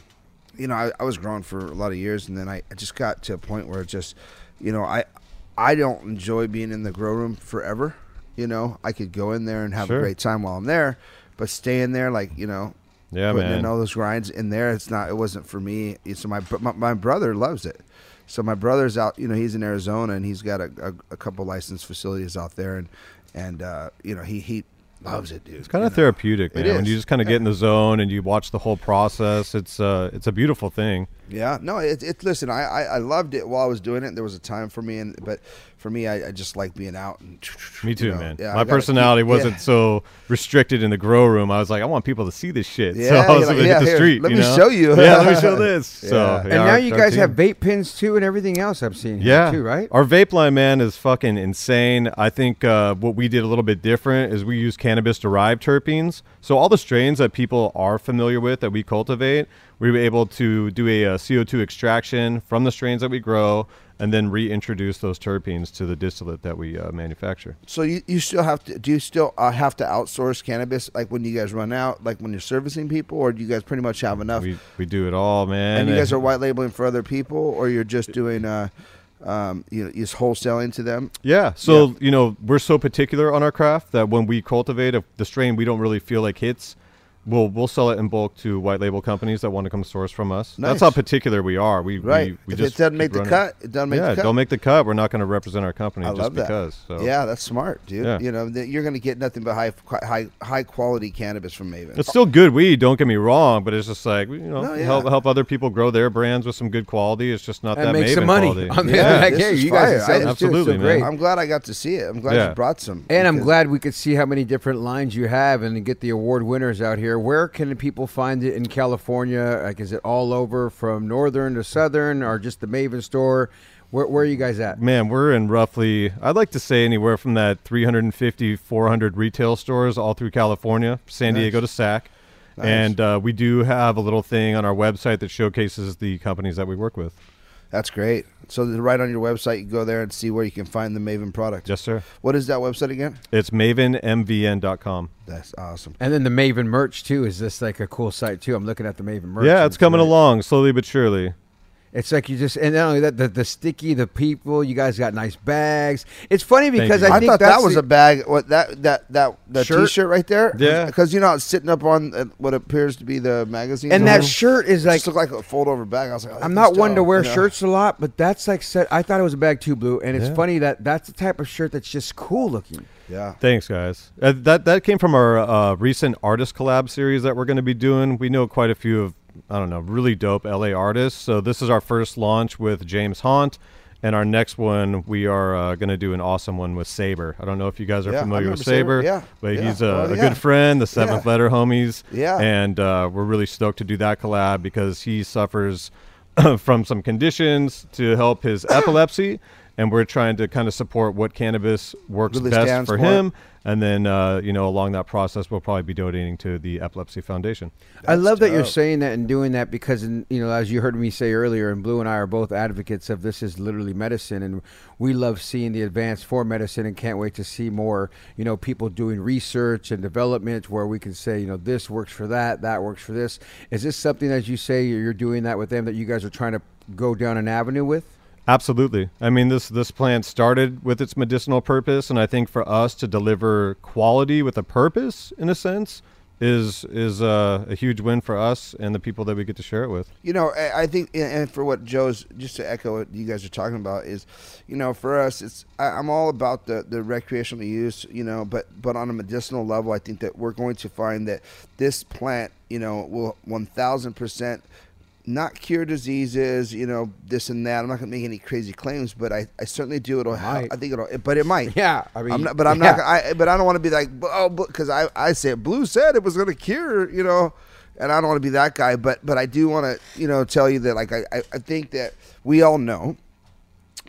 Speaker 2: You know, I, I was growing for a lot of years, and then I, I just got to a point where it just, you know, I, I don't enjoy being in the grow room forever. You know, I could go in there and have
Speaker 4: Sure.
Speaker 2: a great time while I'm there, but staying there, like you know,
Speaker 4: Yeah,
Speaker 2: putting
Speaker 4: man.
Speaker 2: in all those grinds in there, it's not. It wasn't for me. So my br- my, my brother loves it. So my brother's out. You know, he's in Arizona, and he's got a, a, a couple licensed facilities out there, and and uh, you know, he he loves it, dude.
Speaker 4: It's kind of therapeutic,
Speaker 2: It
Speaker 4: man. When you
Speaker 2: is.
Speaker 4: just kind of get in the zone and you watch the whole process, it's uh, it's a beautiful thing.
Speaker 2: Yeah, no, it, it listen, I, I, I loved it while I was doing it. There was a time for me, and but for me, I, I just like being out. And
Speaker 4: Me
Speaker 2: you
Speaker 4: too,
Speaker 2: know,
Speaker 4: man.
Speaker 2: yeah, I
Speaker 4: My
Speaker 2: gotta
Speaker 4: personality
Speaker 2: keep-
Speaker 4: wasn't
Speaker 2: yeah.
Speaker 4: so restricted in the grow room. I was like, I want people to see this shit. so
Speaker 2: Yeah,
Speaker 4: I was
Speaker 2: you're like,
Speaker 4: gonna
Speaker 2: "Yeah,
Speaker 4: hit the
Speaker 2: here,
Speaker 4: street.
Speaker 2: let
Speaker 4: you
Speaker 2: me
Speaker 4: know?
Speaker 2: show you."
Speaker 4: yeah, let me show this. So
Speaker 2: Yeah.
Speaker 4: yeah,
Speaker 3: and now
Speaker 4: our-
Speaker 3: you
Speaker 4: our
Speaker 3: guys
Speaker 4: team-
Speaker 3: have vape pins too, and everything else I've seen. here,
Speaker 4: yeah,
Speaker 3: too right.
Speaker 4: Our vape line man is fucking insane. I think uh, what we did a little bit different is we use cannabis derived terpenes. So all the strains that people are familiar with that we cultivate, we were able to do a, uh CO2 extraction from the strains that we grow, and then reintroduce those terpenes to the distillate that we uh, manufacture.
Speaker 2: So you, you still have to do you still uh, have to outsource cannabis like when you guys run out, like when you're servicing people, or do you guys pretty much have enough?
Speaker 4: We we do it all, man.
Speaker 2: and you guys
Speaker 4: Uh,
Speaker 2: are white labeling for other people, or you're just doing uh, um, you know, just wholesaling to them.
Speaker 4: Yeah. So, you know, we're so particular on our craft that when we cultivate a, the strain we don't really feel like hits, we'll we'll sell it in bulk to white label companies that want to come source from us.
Speaker 2: Nice.
Speaker 4: That's how particular we are. We
Speaker 2: Right.
Speaker 4: We, we
Speaker 2: If
Speaker 4: just
Speaker 2: it doesn't
Speaker 4: keep
Speaker 2: make the
Speaker 4: running.
Speaker 2: cut, it doesn't make
Speaker 4: yeah,
Speaker 2: the cut.
Speaker 4: don't make the cut. We're not going to represent our company
Speaker 2: I
Speaker 4: just
Speaker 2: love that.
Speaker 4: because. So
Speaker 2: Yeah, that's smart, dude.
Speaker 4: Yeah.
Speaker 2: You know, that you're going to get nothing but high high high quality cannabis from Maven.
Speaker 4: It's still good weed. Don't get me wrong, but it's just like you know,
Speaker 2: No, yeah.
Speaker 4: help help other people grow their brands with some good quality. It's just not
Speaker 3: And
Speaker 4: that
Speaker 3: make some
Speaker 4: Maven
Speaker 3: money.
Speaker 4: quality.
Speaker 3: I mean,
Speaker 2: Yeah,
Speaker 3: like,
Speaker 2: this
Speaker 3: hey,
Speaker 2: is
Speaker 3: you guys
Speaker 2: fire.
Speaker 3: are selling
Speaker 2: I-
Speaker 3: this shit, it's
Speaker 4: Absolutely,
Speaker 3: so
Speaker 4: man.
Speaker 3: great.
Speaker 2: I'm glad I got to see it. I'm glad
Speaker 4: Yeah.
Speaker 2: you brought some.
Speaker 3: And I'm
Speaker 2: because-
Speaker 3: glad we could see how many different lines you have and get the award winners out here. Where can people find it in California? Like, is it all over from northern to southern or just the Maven store? Where, where are you guys at?
Speaker 4: man we're in roughly i'd like to say anywhere from that 350 400 retail stores all through california san diego to sac and uh, we do have a little thing on our website that showcases the companies that we work with
Speaker 2: That's great. So th- right on your website, you go there and see where you can find the Maven product.
Speaker 4: yes sir
Speaker 2: What is that website again?
Speaker 4: it's mavenmvn.com
Speaker 2: That's awesome.
Speaker 3: And then the Maven merch too. Is this like a cool site too? I'm looking at the Maven merch.
Speaker 4: yeah
Speaker 3: and
Speaker 4: it's coming
Speaker 3: like-
Speaker 4: along slowly but surely
Speaker 3: It's like you just and not only that the, the sticky, the people. You guys got nice bags. It's funny because
Speaker 4: you.
Speaker 3: I,
Speaker 2: I,
Speaker 3: think
Speaker 2: thought
Speaker 3: that's
Speaker 2: that was
Speaker 3: the-
Speaker 2: a bag. What that that that the
Speaker 3: Shirt?
Speaker 2: T-shirt right there?
Speaker 4: Yeah.
Speaker 2: Because you know it's sitting up on uh, what appears to be the magazine.
Speaker 3: and that
Speaker 4: Uh-huh.
Speaker 2: Mhm.
Speaker 3: shirt is
Speaker 2: It
Speaker 3: like
Speaker 2: just looked like a fold-over bag. I was like, oh,
Speaker 3: I'm
Speaker 2: that's
Speaker 3: not one to
Speaker 2: dope,
Speaker 3: wear
Speaker 2: you know?
Speaker 3: shirts a lot, but that's like said. I thought it was a bag too blue, and it's
Speaker 4: Yeah.
Speaker 3: funny that that's the type of shirt that's just cool looking.
Speaker 2: Yeah.
Speaker 4: Thanks, guys. Uh, that that came from our uh, recent artist collab series that we're going to be doing. We know quite a few of I don't know really dope LA artists. So this is our first launch with James Haunt, and our next one we are uh, going to do an awesome one with Saber. I don't know if you guys are
Speaker 2: Yeah, I
Speaker 4: familiar with Saber,
Speaker 2: remember Saber. Yeah,
Speaker 4: but
Speaker 2: yeah.
Speaker 4: he's a,
Speaker 2: Oh,
Speaker 4: a
Speaker 2: yeah.
Speaker 4: good friend, the Seventh
Speaker 2: Yeah.
Speaker 4: Letter homies.
Speaker 2: Yeah.
Speaker 4: and uh, we're really stoked to do that collab because he suffers. from some conditions to help his epilepsy, and we're trying to kind of support what cannabis works
Speaker 2: Really
Speaker 4: best
Speaker 2: stands
Speaker 4: for
Speaker 2: for.
Speaker 4: him. And then, uh, you know, along that process, we'll probably be donating to the Epilepsy Foundation.
Speaker 3: I love that you're saying that and doing that because, in, you know, as you heard me say earlier, and Blue and I are both advocates of this is literally medicine, and we love seeing the advance for medicine, and can't wait to see more, you know, people doing research and development where we can say, you know, this works for that, that works for this. Is this something as you say you're doing that with them that you guys are trying to go down an avenue with?
Speaker 4: Absolutely. I mean, this this plant started with its medicinal purpose, and I think for us to deliver quality with a purpose, in a sense, is is uh, a huge win for us and the people that we get to share it with.
Speaker 2: You know, I, I think, and- and for what Joe's, just to echo what you guys are talking about, is, you know, for us, it's I, I'm all about the the recreational use, you know, but but on a medicinal level, I think that we're going to find that this plant, you know, will 1,000 percent not cure diseases, you know, this and that. I'm not going to make any crazy claims, but I, I certainly do. It'll help.
Speaker 3: might.
Speaker 2: I think it'll, but it might.
Speaker 3: Yeah, I mean,
Speaker 2: I'm not, but I'm
Speaker 3: yeah.
Speaker 2: not. I but I don't want to be like "B- oh, because I I said Blue said it was gonna cure, you know, and I don't want to be that guy. But but I do want to you know tell you that like I I I think that we all know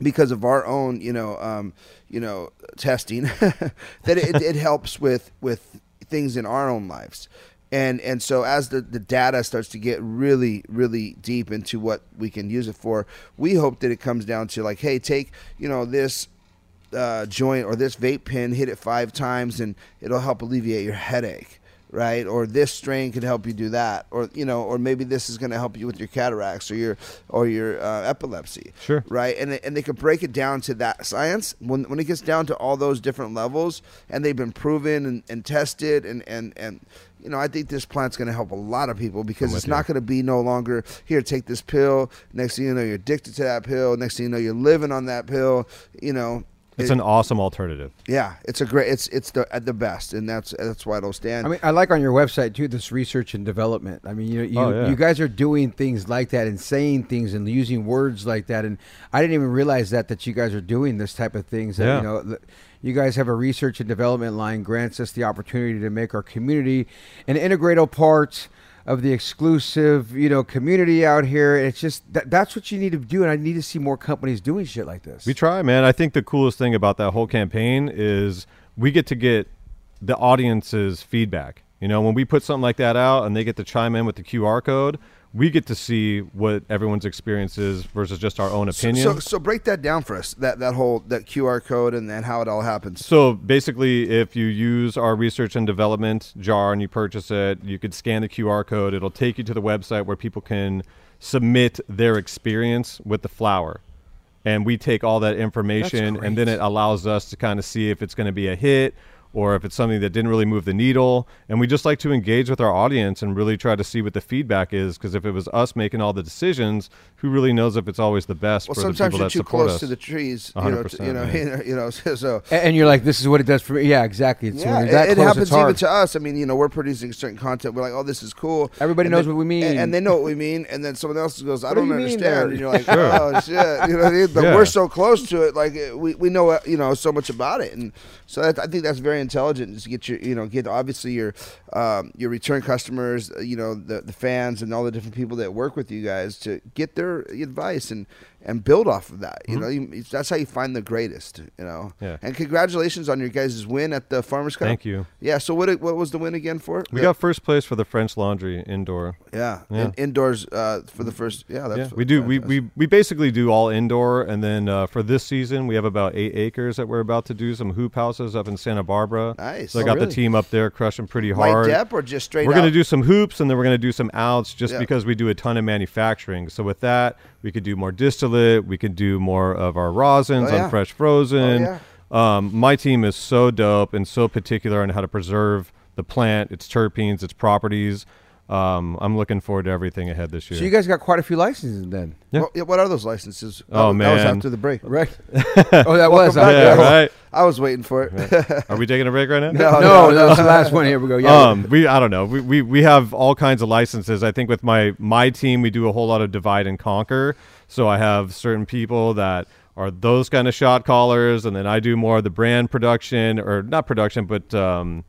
Speaker 2: because of our own you know um you know testing that it, it helps with with things in our own lives. And, and so as the, the data starts to get really really deep into what we can use it for we hope that it comes down to like hey take you know this uh, joint or this vape pen, hit it five times, and it'll help alleviate your headache, right? Or this strain can help you do that, or you know, or maybe this is going to help you with your cataracts or your or your uh, epilepsy,
Speaker 4: Sure.
Speaker 2: right? And they- and they could break it down to that science when when it gets down to all those different levels, and they've been proven and, and tested, and and and. You know, I think this plant's going to help a lot of people because it's not going to be no longer here. Take this pill. Next thing you know, you're addicted to that pill. Next thing you know, you're living on that pill. You know,
Speaker 4: It's
Speaker 2: it-
Speaker 4: an awesome alternative.
Speaker 2: yeah, it's a great. It's it's the at the best, and that's that's why it'll stand.
Speaker 3: I mean, I like on your website too this research and development. I mean, you you,
Speaker 4: Oh, yeah.
Speaker 3: you guys are doing things like that and saying things and using words like that, and I didn't even realize that that you guys are doing this type of things. That,
Speaker 4: Yeah.
Speaker 3: You know, th- you guys have a research and development line grants us the opportunity to make our community an integral part of the exclusive, you know, community out here. It's just that, that's what you need to do, and I need to see more companies doing shit like this.
Speaker 4: We try, man. I think the coolest thing about that whole campaign is we get to get the audience's feedback. You know, when we put something like that out and they get to chime in with the QR code, we get to see what everyone's experience is versus just our own
Speaker 2: so,
Speaker 4: opinion.
Speaker 2: so so break that down for us. That that whole that QR code and then how it all happens.
Speaker 4: So basically, if you use our research and development jar and you purchase it, you could scan the QR code. It'll take you to the website where people can submit their experience with the flower. And we take all that information and then it allows us to kind of see if it's going to be a hit or if it's something that didn't really move the needle. And we just like to engage with our audience and really try to see what the feedback is. Because if it was us making all the decisions, who really knows if it's always the best
Speaker 2: Well,
Speaker 4: for the
Speaker 2: sometimes
Speaker 4: people
Speaker 2: you're
Speaker 4: that
Speaker 2: too
Speaker 4: support
Speaker 2: close
Speaker 4: us?
Speaker 2: to the trees. You know,
Speaker 4: 100%,
Speaker 2: to, you know, you know, you know, so. so
Speaker 3: A- and you're like, this is what it does for me. Yeah, exactly. It's when
Speaker 2: yeah,
Speaker 3: you're that
Speaker 2: it, it
Speaker 3: close,
Speaker 2: happens
Speaker 3: it's hard.
Speaker 2: even to us. I mean, you know, we're producing certain content. We're like, oh, this is cool.
Speaker 3: Everybody
Speaker 2: And
Speaker 3: knows
Speaker 2: then-
Speaker 3: what we mean.
Speaker 2: and, and they know what we mean. And then someone else goes, I
Speaker 3: do
Speaker 2: don't
Speaker 3: you mean there?
Speaker 2: understand. And you're like, oh shit, you know, what I mean? but
Speaker 4: Yeah.
Speaker 2: we're so close to it. Like uh, we, we know uh, you know so much about it, and so that, I think that's very intelligent. Is to get your you know get obviously your um, your return customers, uh, you know, the the fans and all the different people that work with you guys to get their advice and and build off of that. You know, you, it's- that's how you find the greatest. You know,
Speaker 4: Mm-hmm. Yeah.
Speaker 2: And congratulations on your guys' win at the Farmers Cup.
Speaker 4: Thank you.
Speaker 2: Yeah. So what what was the win again for?
Speaker 4: We
Speaker 2: The-
Speaker 4: got first place for the French Laundry indoor.
Speaker 2: yeah,
Speaker 4: Yeah.
Speaker 2: in- indoors uh, for the first. Yeah,
Speaker 4: Yeah,
Speaker 2: that's
Speaker 4: we do. We, we we basically do all indoor, and then uh, for this season, we have about eight acres that we're about to do some hoop houses up in Santa Barbara.
Speaker 2: Nice.
Speaker 4: So I
Speaker 2: Oh,
Speaker 4: got the
Speaker 2: really?
Speaker 4: team up there crushing pretty
Speaker 2: Light
Speaker 4: hard.
Speaker 2: depth or just straight.
Speaker 4: we're gonna
Speaker 2: out?
Speaker 4: do some hoops, and then we're gonna do some outs, just
Speaker 2: Yeah.
Speaker 4: because we do a ton of manufacturing. So with that, we could do more distillate. We could do more of our rosins
Speaker 2: Oh, yeah.
Speaker 4: on fresh frozen.
Speaker 2: Oh,
Speaker 4: um, my team is so dope and so particular on how to preserve the plant, its terpenes, its properties. Um, I'm looking forward to everything ahead this year.
Speaker 3: So you guys got quite a few licenses then,
Speaker 4: Yeah.
Speaker 2: Well, yeah, what are those licenses?
Speaker 4: Oh,
Speaker 2: that was
Speaker 4: man.
Speaker 2: after the break.
Speaker 3: right? oh, that was.
Speaker 2: Welcome
Speaker 4: yeah,
Speaker 2: back, guys.
Speaker 4: right.
Speaker 2: I was waiting for it.
Speaker 4: Are we taking a break right now?
Speaker 3: no, that was the last one. Here we go. Yeah.
Speaker 4: Um, we I don't know. We, we we have all kinds of licenses. I think with my my team, we do a whole lot of divide and conquer. So I have certain people that are those kind of shot callers, and then I do more of the brand production or not production, but um,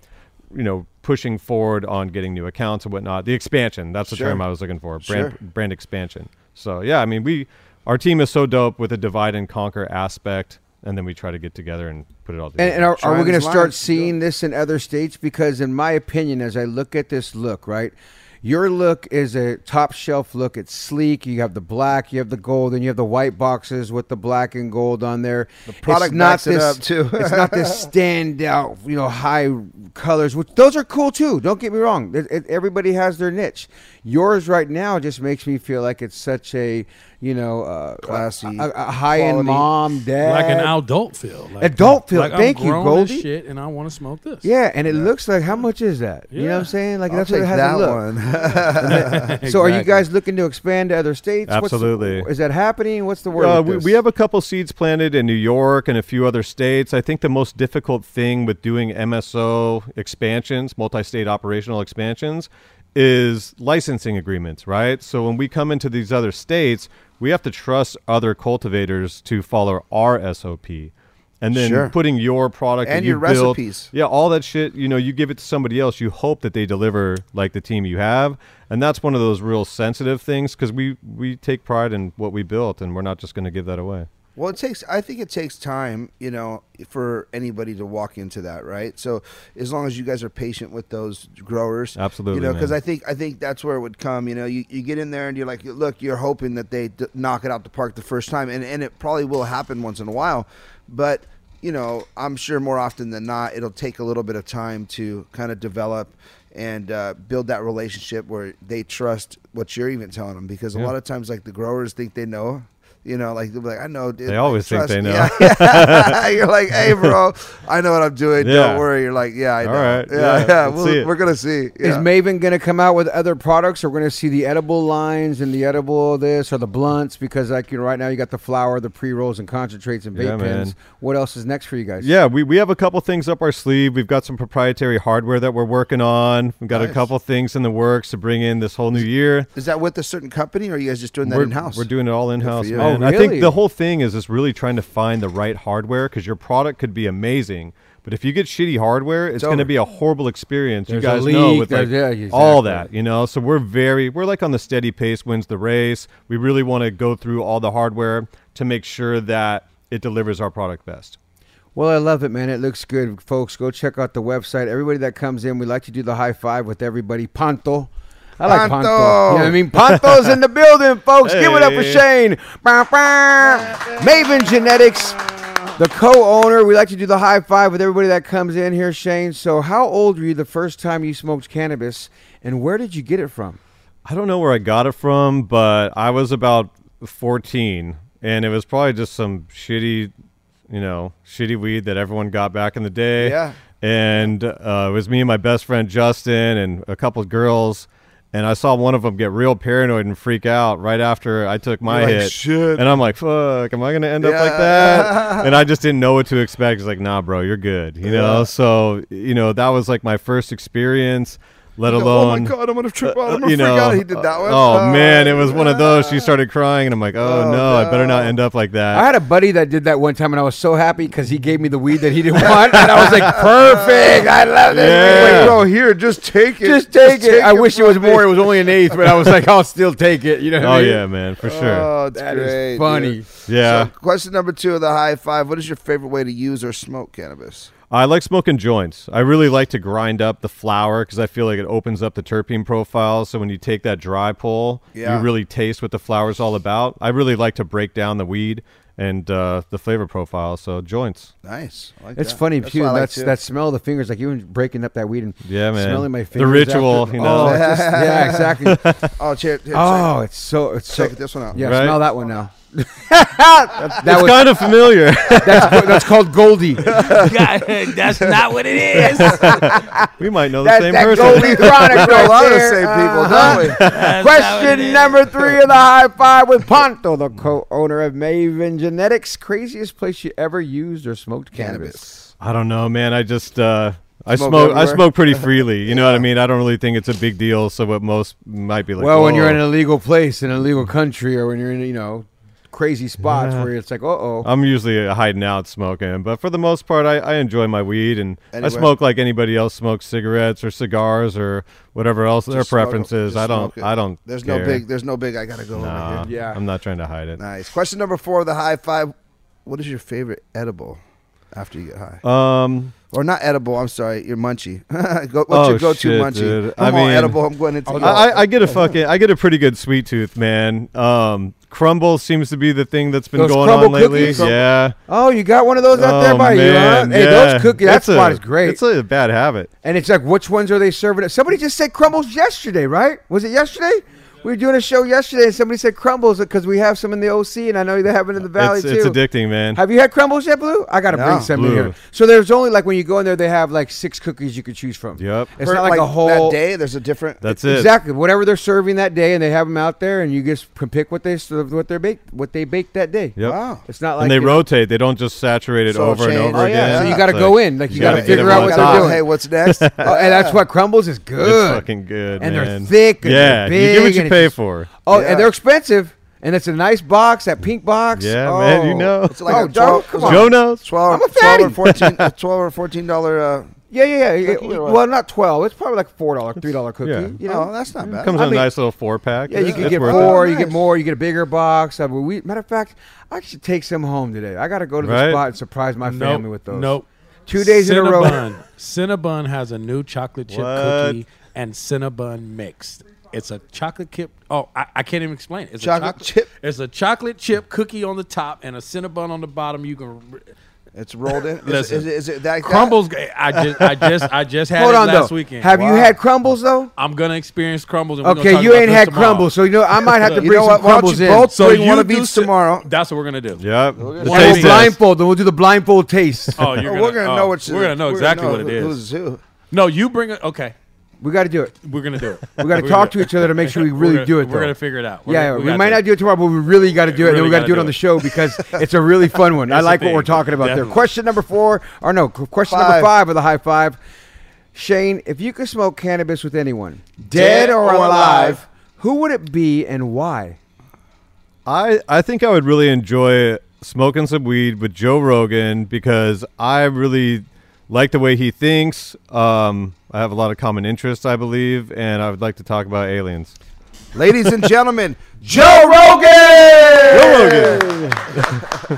Speaker 4: you know, pushing forward on getting new accounts and whatnot. The expansion. That's the
Speaker 2: Sure.
Speaker 4: term I was looking for. Brand
Speaker 2: Sure.
Speaker 4: brand expansion. So yeah, I mean we our team is so dope with the divide and conquer aspect, and then we try to get together and put it all together.
Speaker 3: And, and are, are we
Speaker 2: Trying
Speaker 3: going to
Speaker 2: is
Speaker 3: start
Speaker 2: life.
Speaker 3: seeing this in other states? Because, in my opinion, as I look at this look, right, your look is a top shelf look. It's sleek. You have the black, you have the gold, and you have the white boxes with the black and gold on there. The
Speaker 2: product backs it up, too.
Speaker 3: it's not this standout, you know, high colors. Which those are cool too. Don't get me wrong. It- it- everybody has their niche. Yours right now just makes me feel like it's such a, you know, uh,
Speaker 2: Classy,
Speaker 3: a, a- a high end
Speaker 2: quality.
Speaker 3: mom, dad,
Speaker 5: like an adult feel. Like,
Speaker 3: adult feel. deal.
Speaker 5: Like,
Speaker 3: Thank
Speaker 5: I'm
Speaker 3: you,
Speaker 5: grown
Speaker 3: Goldie.
Speaker 5: As shit, and I want to smoke this.
Speaker 3: Yeah, and it looks like how much is that? You know what I'm
Speaker 5: Yeah.
Speaker 3: saying? Like
Speaker 2: I'll
Speaker 3: that's
Speaker 2: take
Speaker 3: what it has
Speaker 2: that
Speaker 3: to look.
Speaker 2: one.
Speaker 3: So are you
Speaker 5: Exactly.
Speaker 3: guys looking to expand to other states? What's the-
Speaker 4: Absolutely.
Speaker 3: is that happening? What's the word?
Speaker 4: Uh,
Speaker 3: with
Speaker 4: we,
Speaker 3: this?
Speaker 4: we have a couple seeds planted in New York and a few other states. I think the most difficult thing with doing MSO expansions, multi state operational expansions, is licensing agreements, right? So when we come into these other states, we have to trust other cultivators to follow our SOP. And then
Speaker 2: Sure.
Speaker 4: putting your product
Speaker 2: And
Speaker 4: that you've
Speaker 2: your
Speaker 4: built-
Speaker 2: recipes.
Speaker 4: yeah, all that shit, you know, you give it to somebody else, you hope that they deliver like the team you have. And that's one of those real sensitive things because we, we take pride in what we built and we're not just going to give that away.
Speaker 2: Well, it takes. I think it takes time, you know, for anybody to walk into that, right? So as long as you guys are patient with those growers,
Speaker 4: Absolutely,
Speaker 2: you know, because
Speaker 4: man.
Speaker 2: I think I think that's where it would come. You know, you, you get in there and you're like, look, you're hoping that they d- knock it out the park the first time, and and it probably will happen once in a while, but you know, I'm sure more often than not, it'll take a little bit of time to kind of develop and uh, build that relationship where they trust what you're even telling them, because a lot of times, like the growers think they know. You know, like they'll be like, I know. Dude,
Speaker 4: They always think they know.
Speaker 2: yeah, yeah. You're like, hey, bro, I know what I'm doing.
Speaker 4: Yeah.
Speaker 2: Don't worry. You're like, yeah, I know.
Speaker 4: All right.
Speaker 2: Yeah,
Speaker 4: Yeah,
Speaker 2: yeah.
Speaker 4: let's
Speaker 2: We'll,
Speaker 4: see it.
Speaker 2: We're going to see. Yeah.
Speaker 3: Is Maven going to come out with other products? Or we're going to see the edible lines and the edible this or the blunts because like you know, right now you got the flour, the pre rolls and concentrates and vape
Speaker 4: Yeah, man.
Speaker 3: pens. What else is next for you guys?
Speaker 4: Yeah, we, we have a couple things up our sleeve. We've got some proprietary hardware that we're working on. We've got a couple things in the works to bring in this whole new year.
Speaker 2: Is that with a certain company or are you guys just doing that
Speaker 4: we're,
Speaker 2: in house?
Speaker 4: We're doing it all in house,
Speaker 2: you.
Speaker 4: man.
Speaker 3: Oh,
Speaker 4: I think
Speaker 3: really?
Speaker 4: the whole thing is is really trying to find the right hardware because your product could be amazing, but if you get shitty hardware, it's, going to
Speaker 2: over.
Speaker 4: be a horrible experience. you
Speaker 3: There's a
Speaker 4: guys know
Speaker 3: leak,
Speaker 4: with
Speaker 3: there's-
Speaker 4: like
Speaker 3: yeah,
Speaker 4: all
Speaker 3: exactly.
Speaker 4: that, you know. So we're very we're like on the steady pace wins the race. We really want to go through all the hardware to make sure that it delivers our product best.
Speaker 3: Well, I love it, man. It looks good, folks. Go check out the website. Everybody that comes in, we like to do the high five with everybody. Panto. I like Panto.
Speaker 2: Panto.
Speaker 3: You know what I mean? Panto's in the building, folks. Give it up for
Speaker 4: Hey.
Speaker 3: Shane. Bah, bah. Maven Genetics, the co owner. We like to do the high five with everybody that comes in here, Shane. So, how old were you the first time you smoked cannabis, and where did you get it from?
Speaker 4: I don't know where I got it from, but I was about 14, and it was probably just some shitty, you know, shitty weed that everyone got back in the day.
Speaker 2: Yeah.
Speaker 4: And uh, it was me and my best friend Justin and a couple of girls. And I saw one of them get real paranoid and freak out right after I took my
Speaker 2: You're like,
Speaker 4: hit.
Speaker 2: "Shit."
Speaker 4: And I'm like, fuck, am I going to end up like
Speaker 2: Yeah.
Speaker 4: that? and I just didn't know what to expect. It's like, nah, bro, you're good. You know? So, you know, that was like my first experience, let
Speaker 2: Oh
Speaker 4: alone
Speaker 2: my God, I'm going to trip
Speaker 4: uh,
Speaker 2: out. I'm going to
Speaker 4: you
Speaker 2: freak
Speaker 4: know,
Speaker 2: out. He did that one.
Speaker 4: Oh man, it was one of those. She started crying, and I'm like, oh, no, I better not end up like that.
Speaker 3: I had a buddy that did that one time, and I was so happy because he gave me the weed that he didn't want, and I was like, "Perfect! I love this."
Speaker 4: Yeah.
Speaker 3: weed."
Speaker 2: Like, bro, here, just take it.
Speaker 3: just take it. I wish it
Speaker 2: from
Speaker 3: was
Speaker 2: me.
Speaker 3: more. It was only an eighth, but I was like, I'll still take it. You know? What
Speaker 4: oh
Speaker 3: I mean?
Speaker 4: yeah, man, for sure.
Speaker 2: Oh, it's
Speaker 3: That is
Speaker 2: great.
Speaker 3: funny.
Speaker 2: dude.
Speaker 4: Yeah,
Speaker 2: So, question number two of the high five. What is your favorite way to use or smoke cannabis?
Speaker 4: I like smoking joints. I really like to grind up the flower because I feel like it opens up the terpene profile. So when you take that dry pull,
Speaker 2: Yeah.
Speaker 4: you really taste what the flower's all about. I really like to break down the weed and uh, the flavor profile. So joints.
Speaker 2: Nice. I like
Speaker 3: It's
Speaker 2: that.
Speaker 3: funny
Speaker 2: That's
Speaker 3: too.
Speaker 2: what I like,
Speaker 3: That's
Speaker 2: too.
Speaker 3: that smell of the fingers, like even breaking up that weed and
Speaker 4: Yeah, man.
Speaker 3: smelling my
Speaker 4: The
Speaker 3: fingers.
Speaker 4: ritual,
Speaker 3: after-
Speaker 4: you know.
Speaker 3: Oh, just- yeah, exactly.
Speaker 2: Oh, cheer, cheer,
Speaker 3: oh, it's so it's so.
Speaker 2: check this one out.
Speaker 3: Yeah,
Speaker 4: Right?
Speaker 3: smell that one now. that
Speaker 4: It's
Speaker 3: was,
Speaker 4: kind of familiar.
Speaker 3: that's, that's called Goldie.
Speaker 6: That's not what it is.
Speaker 4: we might know the
Speaker 3: That's
Speaker 4: same
Speaker 3: that
Speaker 4: person.
Speaker 3: Goldie Chronic
Speaker 2: We're
Speaker 3: right
Speaker 2: a lot of the
Speaker 3: there.
Speaker 2: same people,
Speaker 3: Uh-huh.
Speaker 2: don't we?
Speaker 3: Question number three of the high five with Ponto, the co-owner of Maven Genetics. Craziest place you ever used or smoked cannabis.
Speaker 2: Cannabis.
Speaker 4: I don't know, man. I just uh, I
Speaker 2: Smoke
Speaker 4: smoke. I
Speaker 2: everywhere?
Speaker 4: smoke pretty freely. You know what I mean. I don't really think it's a big deal. So what most might be like. oh.
Speaker 3: well, when you're in
Speaker 4: "Whoa."
Speaker 3: an illegal place, in an illegal country, or when you're in, you know, crazy spots where it's like, uh oh.
Speaker 4: I'm usually uh, hiding out smoking, but for the most part, I, I enjoy my weed and I
Speaker 2: Anywhere.
Speaker 4: smoke like anybody else smokes cigarettes or cigars or whatever else their
Speaker 2: Just smoke 'em.
Speaker 4: preferences.
Speaker 2: Just
Speaker 4: I don't.
Speaker 2: smoke it.
Speaker 4: I don't.
Speaker 2: There's no
Speaker 4: care.
Speaker 2: big. There's no big. I gotta go over
Speaker 4: Nah,
Speaker 2: here.
Speaker 3: Yeah.
Speaker 4: I'm not trying to hide it.
Speaker 2: Nice. Question number four of the high five. What is your favorite edible after you get high?
Speaker 4: Um,
Speaker 2: or not edible? I'm sorry. Your munchie. go, what's
Speaker 4: Oh,
Speaker 2: your go-to
Speaker 4: shit,
Speaker 2: munchie?
Speaker 4: dude. I
Speaker 2: I'm all
Speaker 4: mean-
Speaker 2: edible. I'm going
Speaker 3: Oh,
Speaker 2: into.
Speaker 4: I, I- I get a fucking. I get a pretty good sweet tooth, man. Um, crumble seems to be the thing that's been
Speaker 3: Those
Speaker 4: going
Speaker 3: crumble
Speaker 4: on lately.
Speaker 3: cookies?
Speaker 4: Yeah.
Speaker 3: Oh, you got one of those out there
Speaker 4: Oh,
Speaker 3: by
Speaker 4: man,
Speaker 3: you, huh? Hey,
Speaker 4: yeah.
Speaker 3: those cookies, that
Speaker 4: It's a-
Speaker 3: spot is great.
Speaker 4: It's a bad habit.
Speaker 3: and it's like, which ones are they serving? Somebody just said crumbles yesterday, right? Was it yesterday? We were doing a show yesterday, and somebody said crumbles because we have some in the OC, and I know they have it in the valley
Speaker 4: It's,
Speaker 3: too.
Speaker 4: it's addicting, man.
Speaker 3: Have you had crumbles yet, Blue? I gotta
Speaker 2: No.
Speaker 3: bring some in
Speaker 4: Blue.
Speaker 3: here. So there's only like when you go in there, they have like six cookies you could choose from.
Speaker 4: Yep.
Speaker 3: it's
Speaker 2: For,
Speaker 3: not like, a
Speaker 2: that
Speaker 3: whole
Speaker 2: day. There's a different.
Speaker 4: That's it.
Speaker 3: Exactly, whatever they're serving that day, and they have them out there, and you just can pick what they serve- what they baked what they baked that day.
Speaker 4: Yep.
Speaker 2: Wow.
Speaker 3: It's not like
Speaker 4: and they
Speaker 3: you know-
Speaker 4: rotate. They don't just saturate it
Speaker 2: So
Speaker 4: over and
Speaker 2: change.
Speaker 4: over
Speaker 2: Oh,
Speaker 4: again.
Speaker 2: yeah, so
Speaker 4: It's
Speaker 2: you
Speaker 3: gotta go in, like, you
Speaker 2: gotta
Speaker 4: gotta get
Speaker 2: figure
Speaker 4: them
Speaker 3: out
Speaker 4: on
Speaker 3: what
Speaker 2: Gotta
Speaker 3: they're
Speaker 4: top.
Speaker 2: go,
Speaker 3: doing.
Speaker 2: Hey, what's next?
Speaker 3: Oh, and that's why crumbles is good.
Speaker 4: It's fucking good,
Speaker 3: And they're
Speaker 4: man.
Speaker 3: thick and they're
Speaker 4: yeah, you get
Speaker 3: big
Speaker 4: what you
Speaker 3: and
Speaker 4: pay
Speaker 3: it's-
Speaker 4: for.
Speaker 3: Oh,
Speaker 2: Yeah.
Speaker 3: and they're expensive, and it's a nice box, that pink box.
Speaker 4: Yeah,
Speaker 3: oh.
Speaker 4: man, you know.
Speaker 2: It's like
Speaker 3: oh,
Speaker 2: a
Speaker 3: dog,
Speaker 2: 12,
Speaker 3: come
Speaker 2: it's like
Speaker 3: on.
Speaker 4: Joe knows.
Speaker 2: 12,
Speaker 3: I'm a
Speaker 2: 12 or
Speaker 3: fatty.
Speaker 2: 14 uh, 12 or 14 dollar uh,
Speaker 3: Yeah, yeah, yeah.
Speaker 2: Cookie or what?
Speaker 3: well, not twelve. It's probably like four dollar, three dollar cookie.
Speaker 4: Yeah.
Speaker 3: You know,
Speaker 2: oh that's not bad
Speaker 4: Comes
Speaker 3: I
Speaker 4: in a
Speaker 3: mean-
Speaker 4: nice little four pack.
Speaker 3: yeah, you can
Speaker 4: It's
Speaker 3: get
Speaker 4: worth
Speaker 3: four.
Speaker 4: it.
Speaker 3: You get
Speaker 2: Nice.
Speaker 3: more. You get a bigger box. I mean, we, matter of fact, I should take some home today. I got to go to the
Speaker 4: Right.
Speaker 3: spot and surprise my
Speaker 5: Nope,
Speaker 3: family with those.
Speaker 5: Nope.
Speaker 3: Two days in a row.
Speaker 5: Cinnabon. Cinnabon has a new chocolate chip
Speaker 4: What?
Speaker 5: cookie and Cinnabon mixed. It's a chocolate chip. Oh, I, I can't even explain it. It's
Speaker 2: Chocolate
Speaker 5: a chocolate
Speaker 2: chip?
Speaker 5: It's a chocolate chip cookie on the top and a Cinnabon on the bottom. You can r-
Speaker 2: it's rolled in is,
Speaker 5: Listen.
Speaker 2: is, is it that
Speaker 5: crumbles. I just, I just, I just had
Speaker 3: Hold
Speaker 5: it
Speaker 3: on
Speaker 5: last
Speaker 3: though.
Speaker 5: weekend.
Speaker 3: Have you
Speaker 2: Wow.
Speaker 3: had crumbles though?
Speaker 5: I'm gonna experience crumbles. And we're gonna
Speaker 3: Okay,
Speaker 5: talk
Speaker 3: you
Speaker 5: about
Speaker 3: ain't
Speaker 5: this
Speaker 3: had
Speaker 5: tomorrow.
Speaker 3: crumbles, so you know I might have to
Speaker 2: You
Speaker 3: bring
Speaker 2: know
Speaker 3: some
Speaker 2: what? Why don't
Speaker 3: crumbles
Speaker 2: you
Speaker 3: in.
Speaker 2: both-
Speaker 3: and
Speaker 5: So
Speaker 2: Bring
Speaker 5: you
Speaker 2: one of
Speaker 5: do
Speaker 2: each
Speaker 5: ci-
Speaker 2: tomorrow.
Speaker 5: That's what we're gonna do.
Speaker 4: Yep.
Speaker 2: gonna-
Speaker 4: The
Speaker 2: One
Speaker 3: we'll
Speaker 4: taste test.
Speaker 3: blindfold, then we'll do the blindfold taste.
Speaker 5: Oh, you're gonna,
Speaker 2: we're gonna
Speaker 5: oh,
Speaker 2: know what's
Speaker 5: We're gonna know exactly what it is.
Speaker 2: who's who
Speaker 5: No, you bring it. Okay,
Speaker 3: we got to do it.
Speaker 5: we're gonna do it.
Speaker 3: We got to talk to each other to make sure we really
Speaker 5: gonna,
Speaker 3: do it.
Speaker 5: We're
Speaker 3: though.
Speaker 5: gonna figure it out. We're
Speaker 3: yeah,
Speaker 5: gonna-
Speaker 3: we,
Speaker 5: got
Speaker 3: might
Speaker 5: this.
Speaker 3: not do it tomorrow, but we really got to do it. then
Speaker 5: really
Speaker 3: we got to
Speaker 5: gotta
Speaker 3: do it
Speaker 5: do
Speaker 3: on the
Speaker 5: it.
Speaker 3: show because it's a really fun one. I
Speaker 5: It's a
Speaker 3: like what
Speaker 5: big
Speaker 3: we're
Speaker 5: one,
Speaker 3: talking about there.
Speaker 5: definitely.
Speaker 3: Question number four, or no, qu- question number
Speaker 2: Five.
Speaker 3: five of the high five. Shane, if you could smoke cannabis with anyone, dead, or, alive, who would it be and why?
Speaker 4: I, I think I would really enjoy smoking some weed with Joe Rogan because I really like the way he thinks. Um, I have a lot of common interests, I believe, and I would like to talk about aliens.
Speaker 2: ladies and gentlemen
Speaker 3: Joe Rogan!
Speaker 4: Joe Rogan.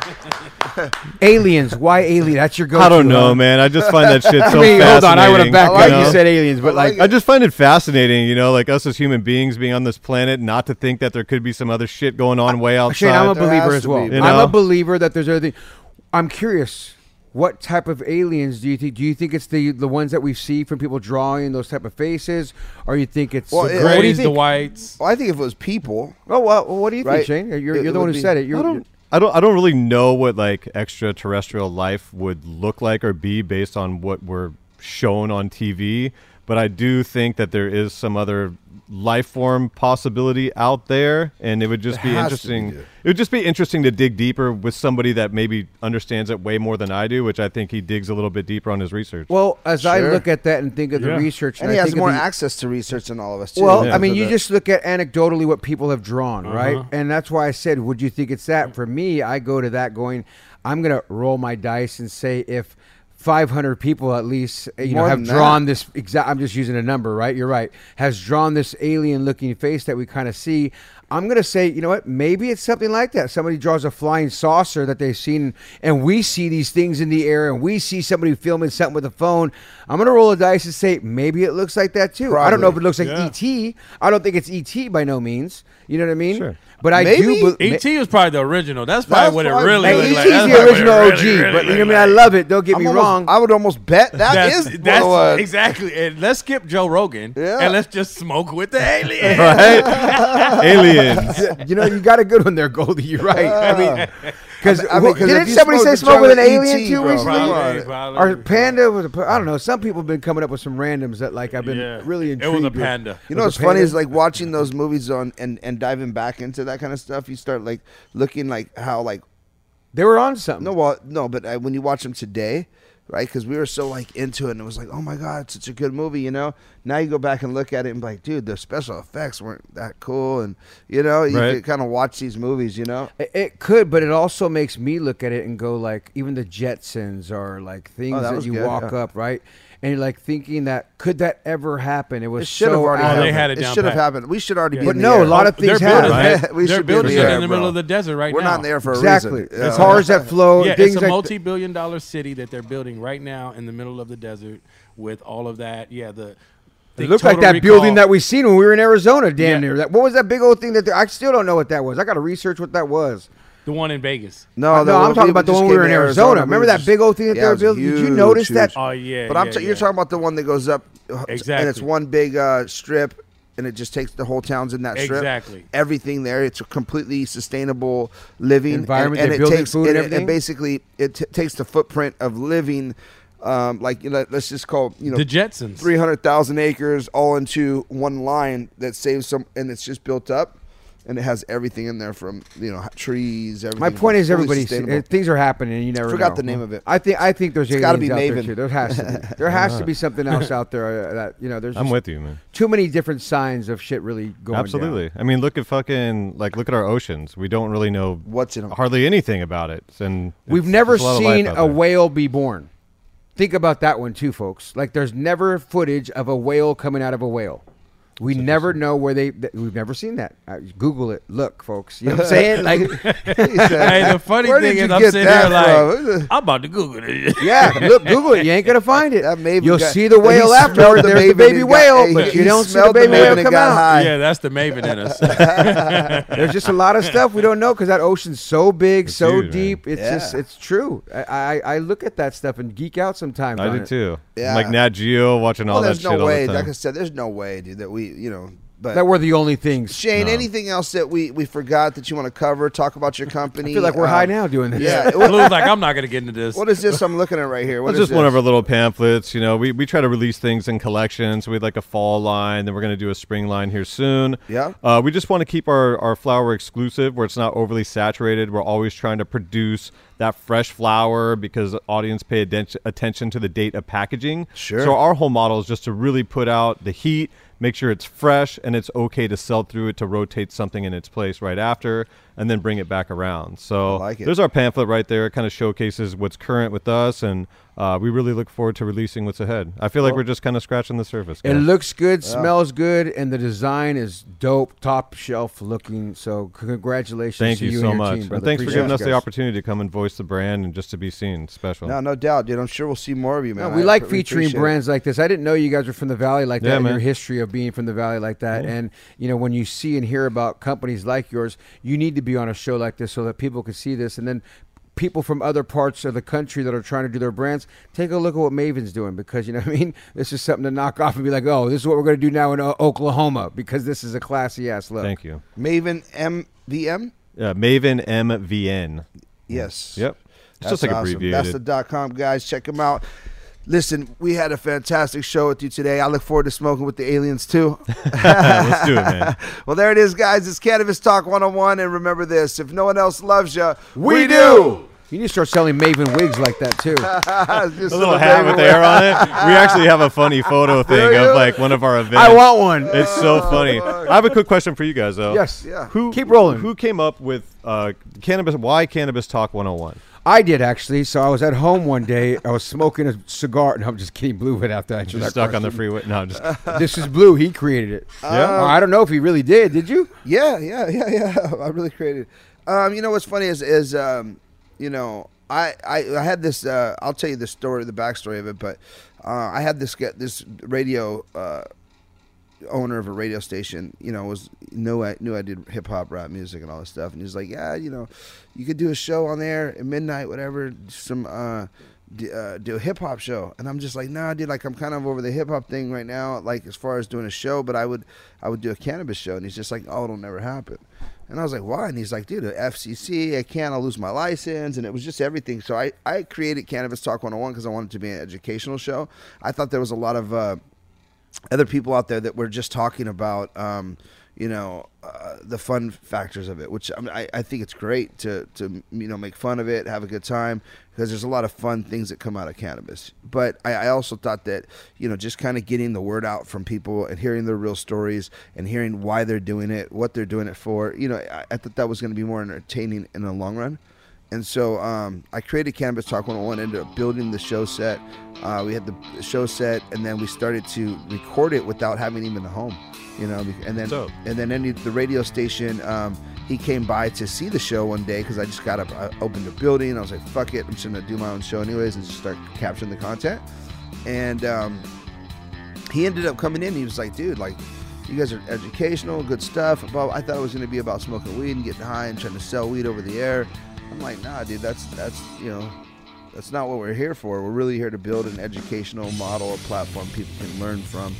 Speaker 3: Aliens. Why alien? That's your go-to.
Speaker 4: I don't know,
Speaker 3: huh?
Speaker 4: man. I just find that shit so
Speaker 3: I mean,
Speaker 4: fascinating.
Speaker 3: hold on. I would have backed
Speaker 4: you
Speaker 3: like
Speaker 4: know?
Speaker 3: you said aliens, but like,
Speaker 4: I just find it fascinating, you know, like us as human beings being on this planet, not to think that there could be some other shit going on way outside.
Speaker 3: Shane, I'm a
Speaker 2: There
Speaker 3: believer
Speaker 2: has
Speaker 3: as
Speaker 2: to
Speaker 3: well.
Speaker 2: be,
Speaker 4: You
Speaker 3: I'm
Speaker 4: know?
Speaker 3: a believer that there's other thing. I'm curious. What type of aliens do you think? Do you think it's the the ones that we see from people drawing those type of faces, or you think it's?
Speaker 2: Well,
Speaker 3: the
Speaker 2: it-
Speaker 3: gray- what do you
Speaker 5: Grays, the
Speaker 3: think?
Speaker 5: whites.
Speaker 2: well, I think if it was people
Speaker 3: Oh, well, what do you think,
Speaker 2: Right.
Speaker 3: Shane? You're, you're
Speaker 2: It- it
Speaker 3: the one
Speaker 2: would
Speaker 3: who
Speaker 2: be-
Speaker 3: said it. You're,
Speaker 4: I don't, I don't, I don't really know what like extraterrestrial life would look like or be based on what we're shown on TV, but I do think that there is some other life form possibility out there, and it would just be
Speaker 2: has to be,
Speaker 4: interesting.
Speaker 2: dude.
Speaker 4: it would just be interesting to dig deeper with somebody that maybe understands it way more than I do, which I think he digs a little bit deeper on his research.
Speaker 3: well, as I
Speaker 2: Sure.
Speaker 3: look at that and think of the
Speaker 5: Yeah.
Speaker 3: research,
Speaker 2: and
Speaker 3: I
Speaker 2: he has
Speaker 3: think of
Speaker 2: more
Speaker 3: the-
Speaker 2: access to research than all of us too.
Speaker 3: Well,
Speaker 4: Yeah.
Speaker 3: I mean,
Speaker 2: So
Speaker 3: you
Speaker 2: the-
Speaker 3: just look at anecdotally what people have drawn,
Speaker 2: Uh-huh.
Speaker 3: right? And that's why I said, would you think it's that? For me, I go to that going, I'm going to roll my dice and say if 500 people at least, uh, you know,
Speaker 2: More
Speaker 3: have
Speaker 2: than that.
Speaker 3: drawn this exact, I'm just using a number, right? You're right. Has drawn this alien looking face that we kind of see. I'm going to say, you know what? Maybe it's something like that. Somebody draws a flying saucer that they've seen, and we see these things in the air, and we see somebody filming something with a phone. I'm going to roll a dice and say, maybe it looks like that too. I don't know if
Speaker 2: Probably.
Speaker 3: it looks like
Speaker 4: Yeah.
Speaker 3: ET. ET. I don't think it's ET by no means. You know what I mean?
Speaker 4: Sure.
Speaker 3: But I
Speaker 2: Maybe
Speaker 3: do. be-
Speaker 5: ET E is probably the original. That's probably
Speaker 2: That's
Speaker 5: what it
Speaker 2: probably-
Speaker 5: really
Speaker 2: Hey,
Speaker 3: Like,
Speaker 5: looked
Speaker 3: ET's
Speaker 5: like. That's
Speaker 3: the
Speaker 5: probably what it
Speaker 3: original
Speaker 5: really,
Speaker 3: OG,
Speaker 5: really
Speaker 3: but you know what I
Speaker 5: looked
Speaker 3: mean. I
Speaker 5: like.
Speaker 3: love it. Don't get
Speaker 2: I'm
Speaker 3: me
Speaker 2: almost-
Speaker 3: wrong.
Speaker 2: I would almost bet that
Speaker 5: That's,
Speaker 2: is one of
Speaker 5: that's
Speaker 2: the-
Speaker 5: exactly. And let's skip Joe Rogan and let's just smoke with the aliens.
Speaker 4: right? aliens.
Speaker 3: you know, you got a good one there, Goldie. You're right. I mean, because
Speaker 2: I mean, 'cause
Speaker 3: didn't
Speaker 2: if you
Speaker 3: somebody
Speaker 2: smoke
Speaker 3: say
Speaker 2: a
Speaker 3: smoke with an
Speaker 2: joint
Speaker 3: alien
Speaker 2: ET,
Speaker 3: too
Speaker 2: bro,
Speaker 3: recently?
Speaker 2: come on.
Speaker 5: Probably, probably.
Speaker 3: Or panda was a, I don't know. Some people have been coming up with some randoms that like I've been
Speaker 5: Yeah.
Speaker 3: really
Speaker 5: It was
Speaker 3: intrigued.
Speaker 5: a
Speaker 3: with.
Speaker 5: panda.
Speaker 2: You
Speaker 3: With
Speaker 2: know
Speaker 3: the
Speaker 2: what's funny
Speaker 3: panda.
Speaker 2: is like watching those movies on and and diving back into that kind of stuff. You start like looking like how like
Speaker 3: they were on something.
Speaker 2: no well no, but uh, when you watch them today, right? Because we were so like into it, and it was like oh my god, it's such a good movie. You know. Now you go back and look at it and be like, dude, the special effects weren't that cool, and you know you
Speaker 4: Right.
Speaker 2: could kind of watch these movies. You know.
Speaker 3: It- It could, but it also makes me look at it and go like, even the Jetsons are like things
Speaker 2: Oh, that
Speaker 3: that,
Speaker 2: was
Speaker 3: you
Speaker 2: good,
Speaker 3: walk
Speaker 2: yeah.
Speaker 3: up, right? And you're like thinking that could that ever happen? It was
Speaker 2: It should have
Speaker 3: so
Speaker 2: already
Speaker 3: out
Speaker 5: Oh,
Speaker 3: of-
Speaker 2: happened.
Speaker 5: they had it down
Speaker 2: should have
Speaker 5: pat.
Speaker 2: happened. We should already be.
Speaker 3: But
Speaker 2: in
Speaker 3: no,
Speaker 2: the air.
Speaker 3: a lot of
Speaker 5: They're
Speaker 3: things
Speaker 5: building
Speaker 3: happen.
Speaker 5: it.
Speaker 2: Right? We
Speaker 5: They're
Speaker 2: should be
Speaker 5: building
Speaker 2: in the
Speaker 5: it
Speaker 2: air,
Speaker 5: in the middle
Speaker 2: bro.
Speaker 5: of the desert right
Speaker 2: We're
Speaker 5: now.
Speaker 2: not in there for a
Speaker 3: Exactly.
Speaker 2: reason. Yeah.
Speaker 3: Cars that flow,
Speaker 5: Yeah,
Speaker 3: Oh, things
Speaker 5: it's a
Speaker 3: like
Speaker 5: multi-billion dollar city that they're building right now in the middle of the desert with all of that. Yeah, the
Speaker 3: It looked like that building that we seen when we were in Arizona, damn
Speaker 5: Yeah.
Speaker 3: near. That what was that big old thing that they- I still don't know what that was. I got to research what that was.
Speaker 5: the one in Vegas.
Speaker 2: No,
Speaker 3: Uh,
Speaker 2: the
Speaker 3: no, I'm
Speaker 2: one-
Speaker 3: talking
Speaker 2: we
Speaker 3: about the
Speaker 2: just
Speaker 3: one we
Speaker 2: came
Speaker 3: were in
Speaker 2: to
Speaker 3: Arizona.
Speaker 2: we
Speaker 3: Remember
Speaker 2: were
Speaker 3: that
Speaker 2: just-
Speaker 3: big old thing that
Speaker 2: Yeah, it
Speaker 3: they were
Speaker 2: was
Speaker 3: building? Did you
Speaker 2: huge,
Speaker 3: notice
Speaker 2: huge.
Speaker 3: that?
Speaker 5: Oh yeah,
Speaker 2: But I'm
Speaker 5: yeah,
Speaker 2: ta-
Speaker 5: yeah.
Speaker 2: you're talking about the one that goes up, uh, and it's
Speaker 5: Exactly.
Speaker 2: one big uh, strip, and it just takes the whole towns in that strip.
Speaker 5: Exactly.
Speaker 2: Everything there, it's a completely sustainable living
Speaker 3: Environment,
Speaker 2: and, and
Speaker 3: they
Speaker 2: it
Speaker 3: build their
Speaker 2: takes
Speaker 3: food and
Speaker 2: it-
Speaker 3: everything?
Speaker 2: basically it t- takes the footprint of living, um, like you know, let's just call you know
Speaker 5: The Jetsons.
Speaker 2: three hundred thousand acres all into one line that saves some, and it's just built up, and it has everything in there from you know trees. Everything
Speaker 3: My point is,
Speaker 2: Fully
Speaker 3: everybody
Speaker 2: sustainable.
Speaker 3: uh, things are happening, and you never
Speaker 2: Forgot
Speaker 3: know.
Speaker 2: the name of it.
Speaker 3: I think I think there's
Speaker 2: gotta
Speaker 3: aliens
Speaker 2: be
Speaker 3: out there
Speaker 2: Maven. Uh-huh.
Speaker 3: too. There has to be. There has to be something else out there uh, that you know. There's
Speaker 4: I'm
Speaker 3: just
Speaker 4: with you, man.
Speaker 3: too many different signs of shit really going. down.
Speaker 4: Absolutely. I mean, look at fucking like look at our oceans. We don't really know
Speaker 2: What's in 'em.
Speaker 4: hardly anything about it, and
Speaker 3: We've
Speaker 4: it's-
Speaker 3: never
Speaker 4: there's a lot of life
Speaker 3: seen
Speaker 4: out
Speaker 3: a
Speaker 4: there.
Speaker 3: whale be born. Think about that one too, folks. Like there's never footage of a whale coming out of a whale. We never know where they. Th- we've never seen that. Uh, Google it. Look, folks. You know what I'm saying? Like,
Speaker 5: hey, the funny
Speaker 2: Where
Speaker 5: thing
Speaker 2: did
Speaker 5: is,
Speaker 2: you
Speaker 5: I'm
Speaker 2: get
Speaker 5: sitting here
Speaker 2: that from?
Speaker 5: like, I'm about to Google it.
Speaker 3: yeah. Look, Google it. You ain't gonna find it.
Speaker 2: That Maven
Speaker 3: You'll
Speaker 2: guy-
Speaker 3: see the
Speaker 2: he
Speaker 3: whale
Speaker 2: smelled
Speaker 3: afterward.
Speaker 2: the
Speaker 3: There's the
Speaker 2: Maven
Speaker 3: baby
Speaker 2: and got-
Speaker 3: whale,
Speaker 2: he-
Speaker 3: but
Speaker 2: he
Speaker 3: you don't see the
Speaker 2: smelled the
Speaker 3: baby
Speaker 2: Maven
Speaker 3: whale
Speaker 2: and
Speaker 3: come
Speaker 2: got
Speaker 3: out.
Speaker 2: high.
Speaker 5: yeah, that's the Maven in us.
Speaker 3: There's just a lot of stuff we don't know because that ocean's so big,
Speaker 4: It's
Speaker 3: so
Speaker 4: huge, man.
Speaker 3: deep. It's
Speaker 2: Yeah.
Speaker 3: just, it's true. I, I, I look at that stuff and geek out sometimes.
Speaker 4: I
Speaker 3: on
Speaker 4: do
Speaker 3: it.
Speaker 4: too.
Speaker 2: Yeah.
Speaker 4: Like Nat Geo, watching all
Speaker 3: Oh,
Speaker 2: well,
Speaker 4: that
Speaker 2: there's
Speaker 4: shit
Speaker 2: no
Speaker 4: all
Speaker 2: way.
Speaker 4: the time.
Speaker 2: Like I said, there's no way, dude, that we you know. But
Speaker 3: That we're the only things.
Speaker 2: Shane, anything else that we, we forgot that you want to cover? Talk about your company.
Speaker 3: I feel like we're
Speaker 2: Um,
Speaker 3: high now doing this.
Speaker 2: Yeah. what,
Speaker 5: Lou's like, I'm not going to get into this.
Speaker 2: what is this I'm looking at right here? What
Speaker 4: It's
Speaker 2: is
Speaker 4: just one
Speaker 2: this?
Speaker 4: of our little pamphlets. You know, we, we try to release things in collections. We had like a fall line, then we're going to do a spring line here soon.
Speaker 2: Yeah.
Speaker 4: Uh, we just want to keep our, our flower exclusive where it's not overly saturated. We're always trying to produce that fresh flower because the audience pay atten- attention to the date of packaging.
Speaker 2: Sure.
Speaker 4: So our whole model is just to really put out the heat, make sure it's fresh and it's okay to sell through it to rotate something in its place right after and then bring it back around. So
Speaker 2: like it.
Speaker 4: there's our pamphlet right there. It kind of showcases what's current with us, and uh, we really look forward to releasing what's ahead. I feel like we're just kind of scratching the surface.
Speaker 3: It
Speaker 4: guys.
Speaker 3: looks good, smells good, and the design is dope, top shelf looking. So c- congratulations
Speaker 4: Thank
Speaker 3: to
Speaker 4: you,
Speaker 3: you,
Speaker 4: so
Speaker 3: and your
Speaker 4: much.
Speaker 3: team,
Speaker 4: and
Speaker 3: brother.
Speaker 4: thanks for
Speaker 3: Appreciate
Speaker 4: giving
Speaker 3: you
Speaker 4: us the
Speaker 3: guys.
Speaker 4: opportunity to come and voice the brand and just to be seen. Special.
Speaker 2: No, no doubt, dude. I'm sure we'll see more of you, man.
Speaker 3: No,
Speaker 2: I
Speaker 3: we like
Speaker 2: appre-
Speaker 3: featuring
Speaker 2: appreciate it.
Speaker 3: brands like this. I didn't know you guys were from the valley like that.
Speaker 4: Yeah,
Speaker 3: and
Speaker 4: man.
Speaker 3: Your history of being from the valley like that, and you know when you see and hear about companies like yours, you need to be on a show like this so that people can see this, and then people from other parts of the country that are trying to do their brands take a look at what Maven's doing because you know what I mean. This is something to knock off and be like, oh, this is what we're going to do now in O- Oklahoma because this is a classy ass look.
Speaker 4: Thank you.
Speaker 2: Maven MVM.
Speaker 4: Uh, Maven MVN.
Speaker 2: Yes.
Speaker 4: Yep. It's just like
Speaker 2: awesome.
Speaker 4: abbreviated.
Speaker 2: That's the dot com guys. Check them out. Listen, we had a fantastic show with you today. I look forward to smoking with the aliens too.
Speaker 4: Let's do it, man.
Speaker 2: well, there it is, guys. It's Cannabis Talk 101. And remember this if no one else loves you,
Speaker 3: We do. You need to start selling Maven wigs like that too.
Speaker 2: a
Speaker 4: A little hat with hair on it. We actually have a funny photo thing
Speaker 2: you?
Speaker 4: of like one of our events.
Speaker 3: I want one.
Speaker 4: It's so funny. I have a quick question for you guys though.
Speaker 3: Yes.
Speaker 2: Yeah.
Speaker 4: Who
Speaker 3: Keep rolling.
Speaker 4: Who came up with uh, cannabis? Why cannabis talk 101?
Speaker 3: I did actually. So I was at home one day. I was smoking a cigar. No, I'm just kidding. Blue went out there. I
Speaker 4: Just stuck on the freeway. No, I'm just.
Speaker 3: This is Blue. He created it.
Speaker 4: Yeah.
Speaker 3: Or I don't know if he really did. Did you?
Speaker 2: Yeah, yeah, yeah, yeah. I really created. Um, you know what's funny is is um, you know I, I I had this. Uh, I'll tell you the story, the backstory of it, but uh, I had this get this radio uh, owner of a radio station. You know was knew I knew I did hip hop, rap music, and all this stuff, and he was like, yeah, you know, you could do a show on there at midnight, whatever. Some. Uh, d- uh, do a hip hop show, and I'm just like, nah, dude. Like, I'm kind of over the hip hop thing right now. Like, as far as doing a show, but I would, I would do a cannabis show, and he's just like, oh, it'll never happen. And I was like, why? And he's like, dude, the FCC, I can't, I'll lose my license, and it was just everything. So I, I created Cannabis Talk 101 because I wanted it to be an educational show. I thought there was a lot of. Uh, other people out there that were just talking about, um, you know, uh, the fun factors of it, which I, mean, I, I think it's great to, to, you know, make fun of it, have a good time, because there's a lot of fun things that come out of cannabis. But I, I also thought that, you know, just kind of getting the word out from people and hearing their real stories and hearing why they're doing it, what they're doing it for, you know, I, I thought that was going to be more entertaining in the long run. And so um, I created Cannabis Talk 101, ended up building the show set. Uh, we had the show set, and then we started to record it without having even a home, you know. And then
Speaker 4: Dope.
Speaker 2: and then any, the radio station, um, he came by to see the show one day because I just got up, I opened a building. I was like, fuck it, I'm just gonna do my own show anyways and just start capturing the content. And um, he ended up coming in. He was like, dude, like, you guys are educational, good stuff. But I thought it was going to be about smoking weed and getting high and trying to sell weed over the air. I'm like, nah, dude, that's, that's, you know, that's not what we're here for. We're really here to build an educational model, a platform people can learn from.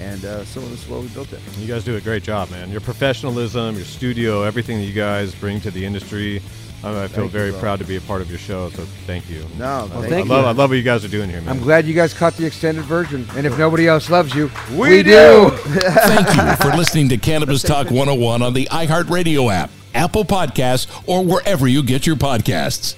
Speaker 2: and uh, so that's why we built it.
Speaker 4: You guys do a great job, man. Your professionalism, your studio, everything that you guys bring to the industry. I, I feel
Speaker 2: you,
Speaker 4: very
Speaker 2: bro.
Speaker 4: proud to be a part of your show, so thank you.
Speaker 2: No,
Speaker 4: I,
Speaker 2: thank
Speaker 4: I
Speaker 2: you.
Speaker 4: love, I love what you guys are doing here, man.
Speaker 3: I'm glad you guys caught the extended version. And if nobody else loves you, we, do.
Speaker 1: Thank you for listening to Cannabis Talk 101 on the iHeartRadio app, Apple Podcasts, or wherever you get your podcasts.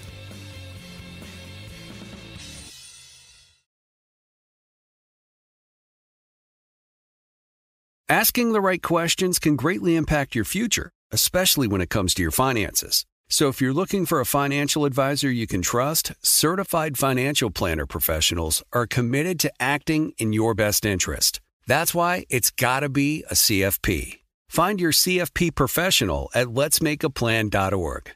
Speaker 7: Asking the right questions can greatly impact your future, especially when it comes to your finances. So if you're looking for a financial advisor you can trust, certified financial planner professionals are committed to acting in your best interest. That's why it's got to be a CFP. Find your CFP professional at letsmakeaplan.org.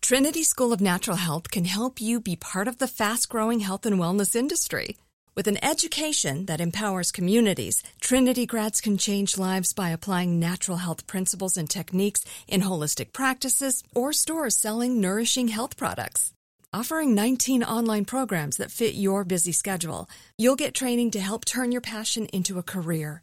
Speaker 8: Trinity School of Natural Health can help you be part of the fast growing health and wellness industry. With an education that empowers communities, Trinity grads can change lives by applying natural health principles and techniques in holistic practices or stores selling nourishing health products. Offering 19 online programs that fit your busy schedule, you'll get training to help turn your passion into a career.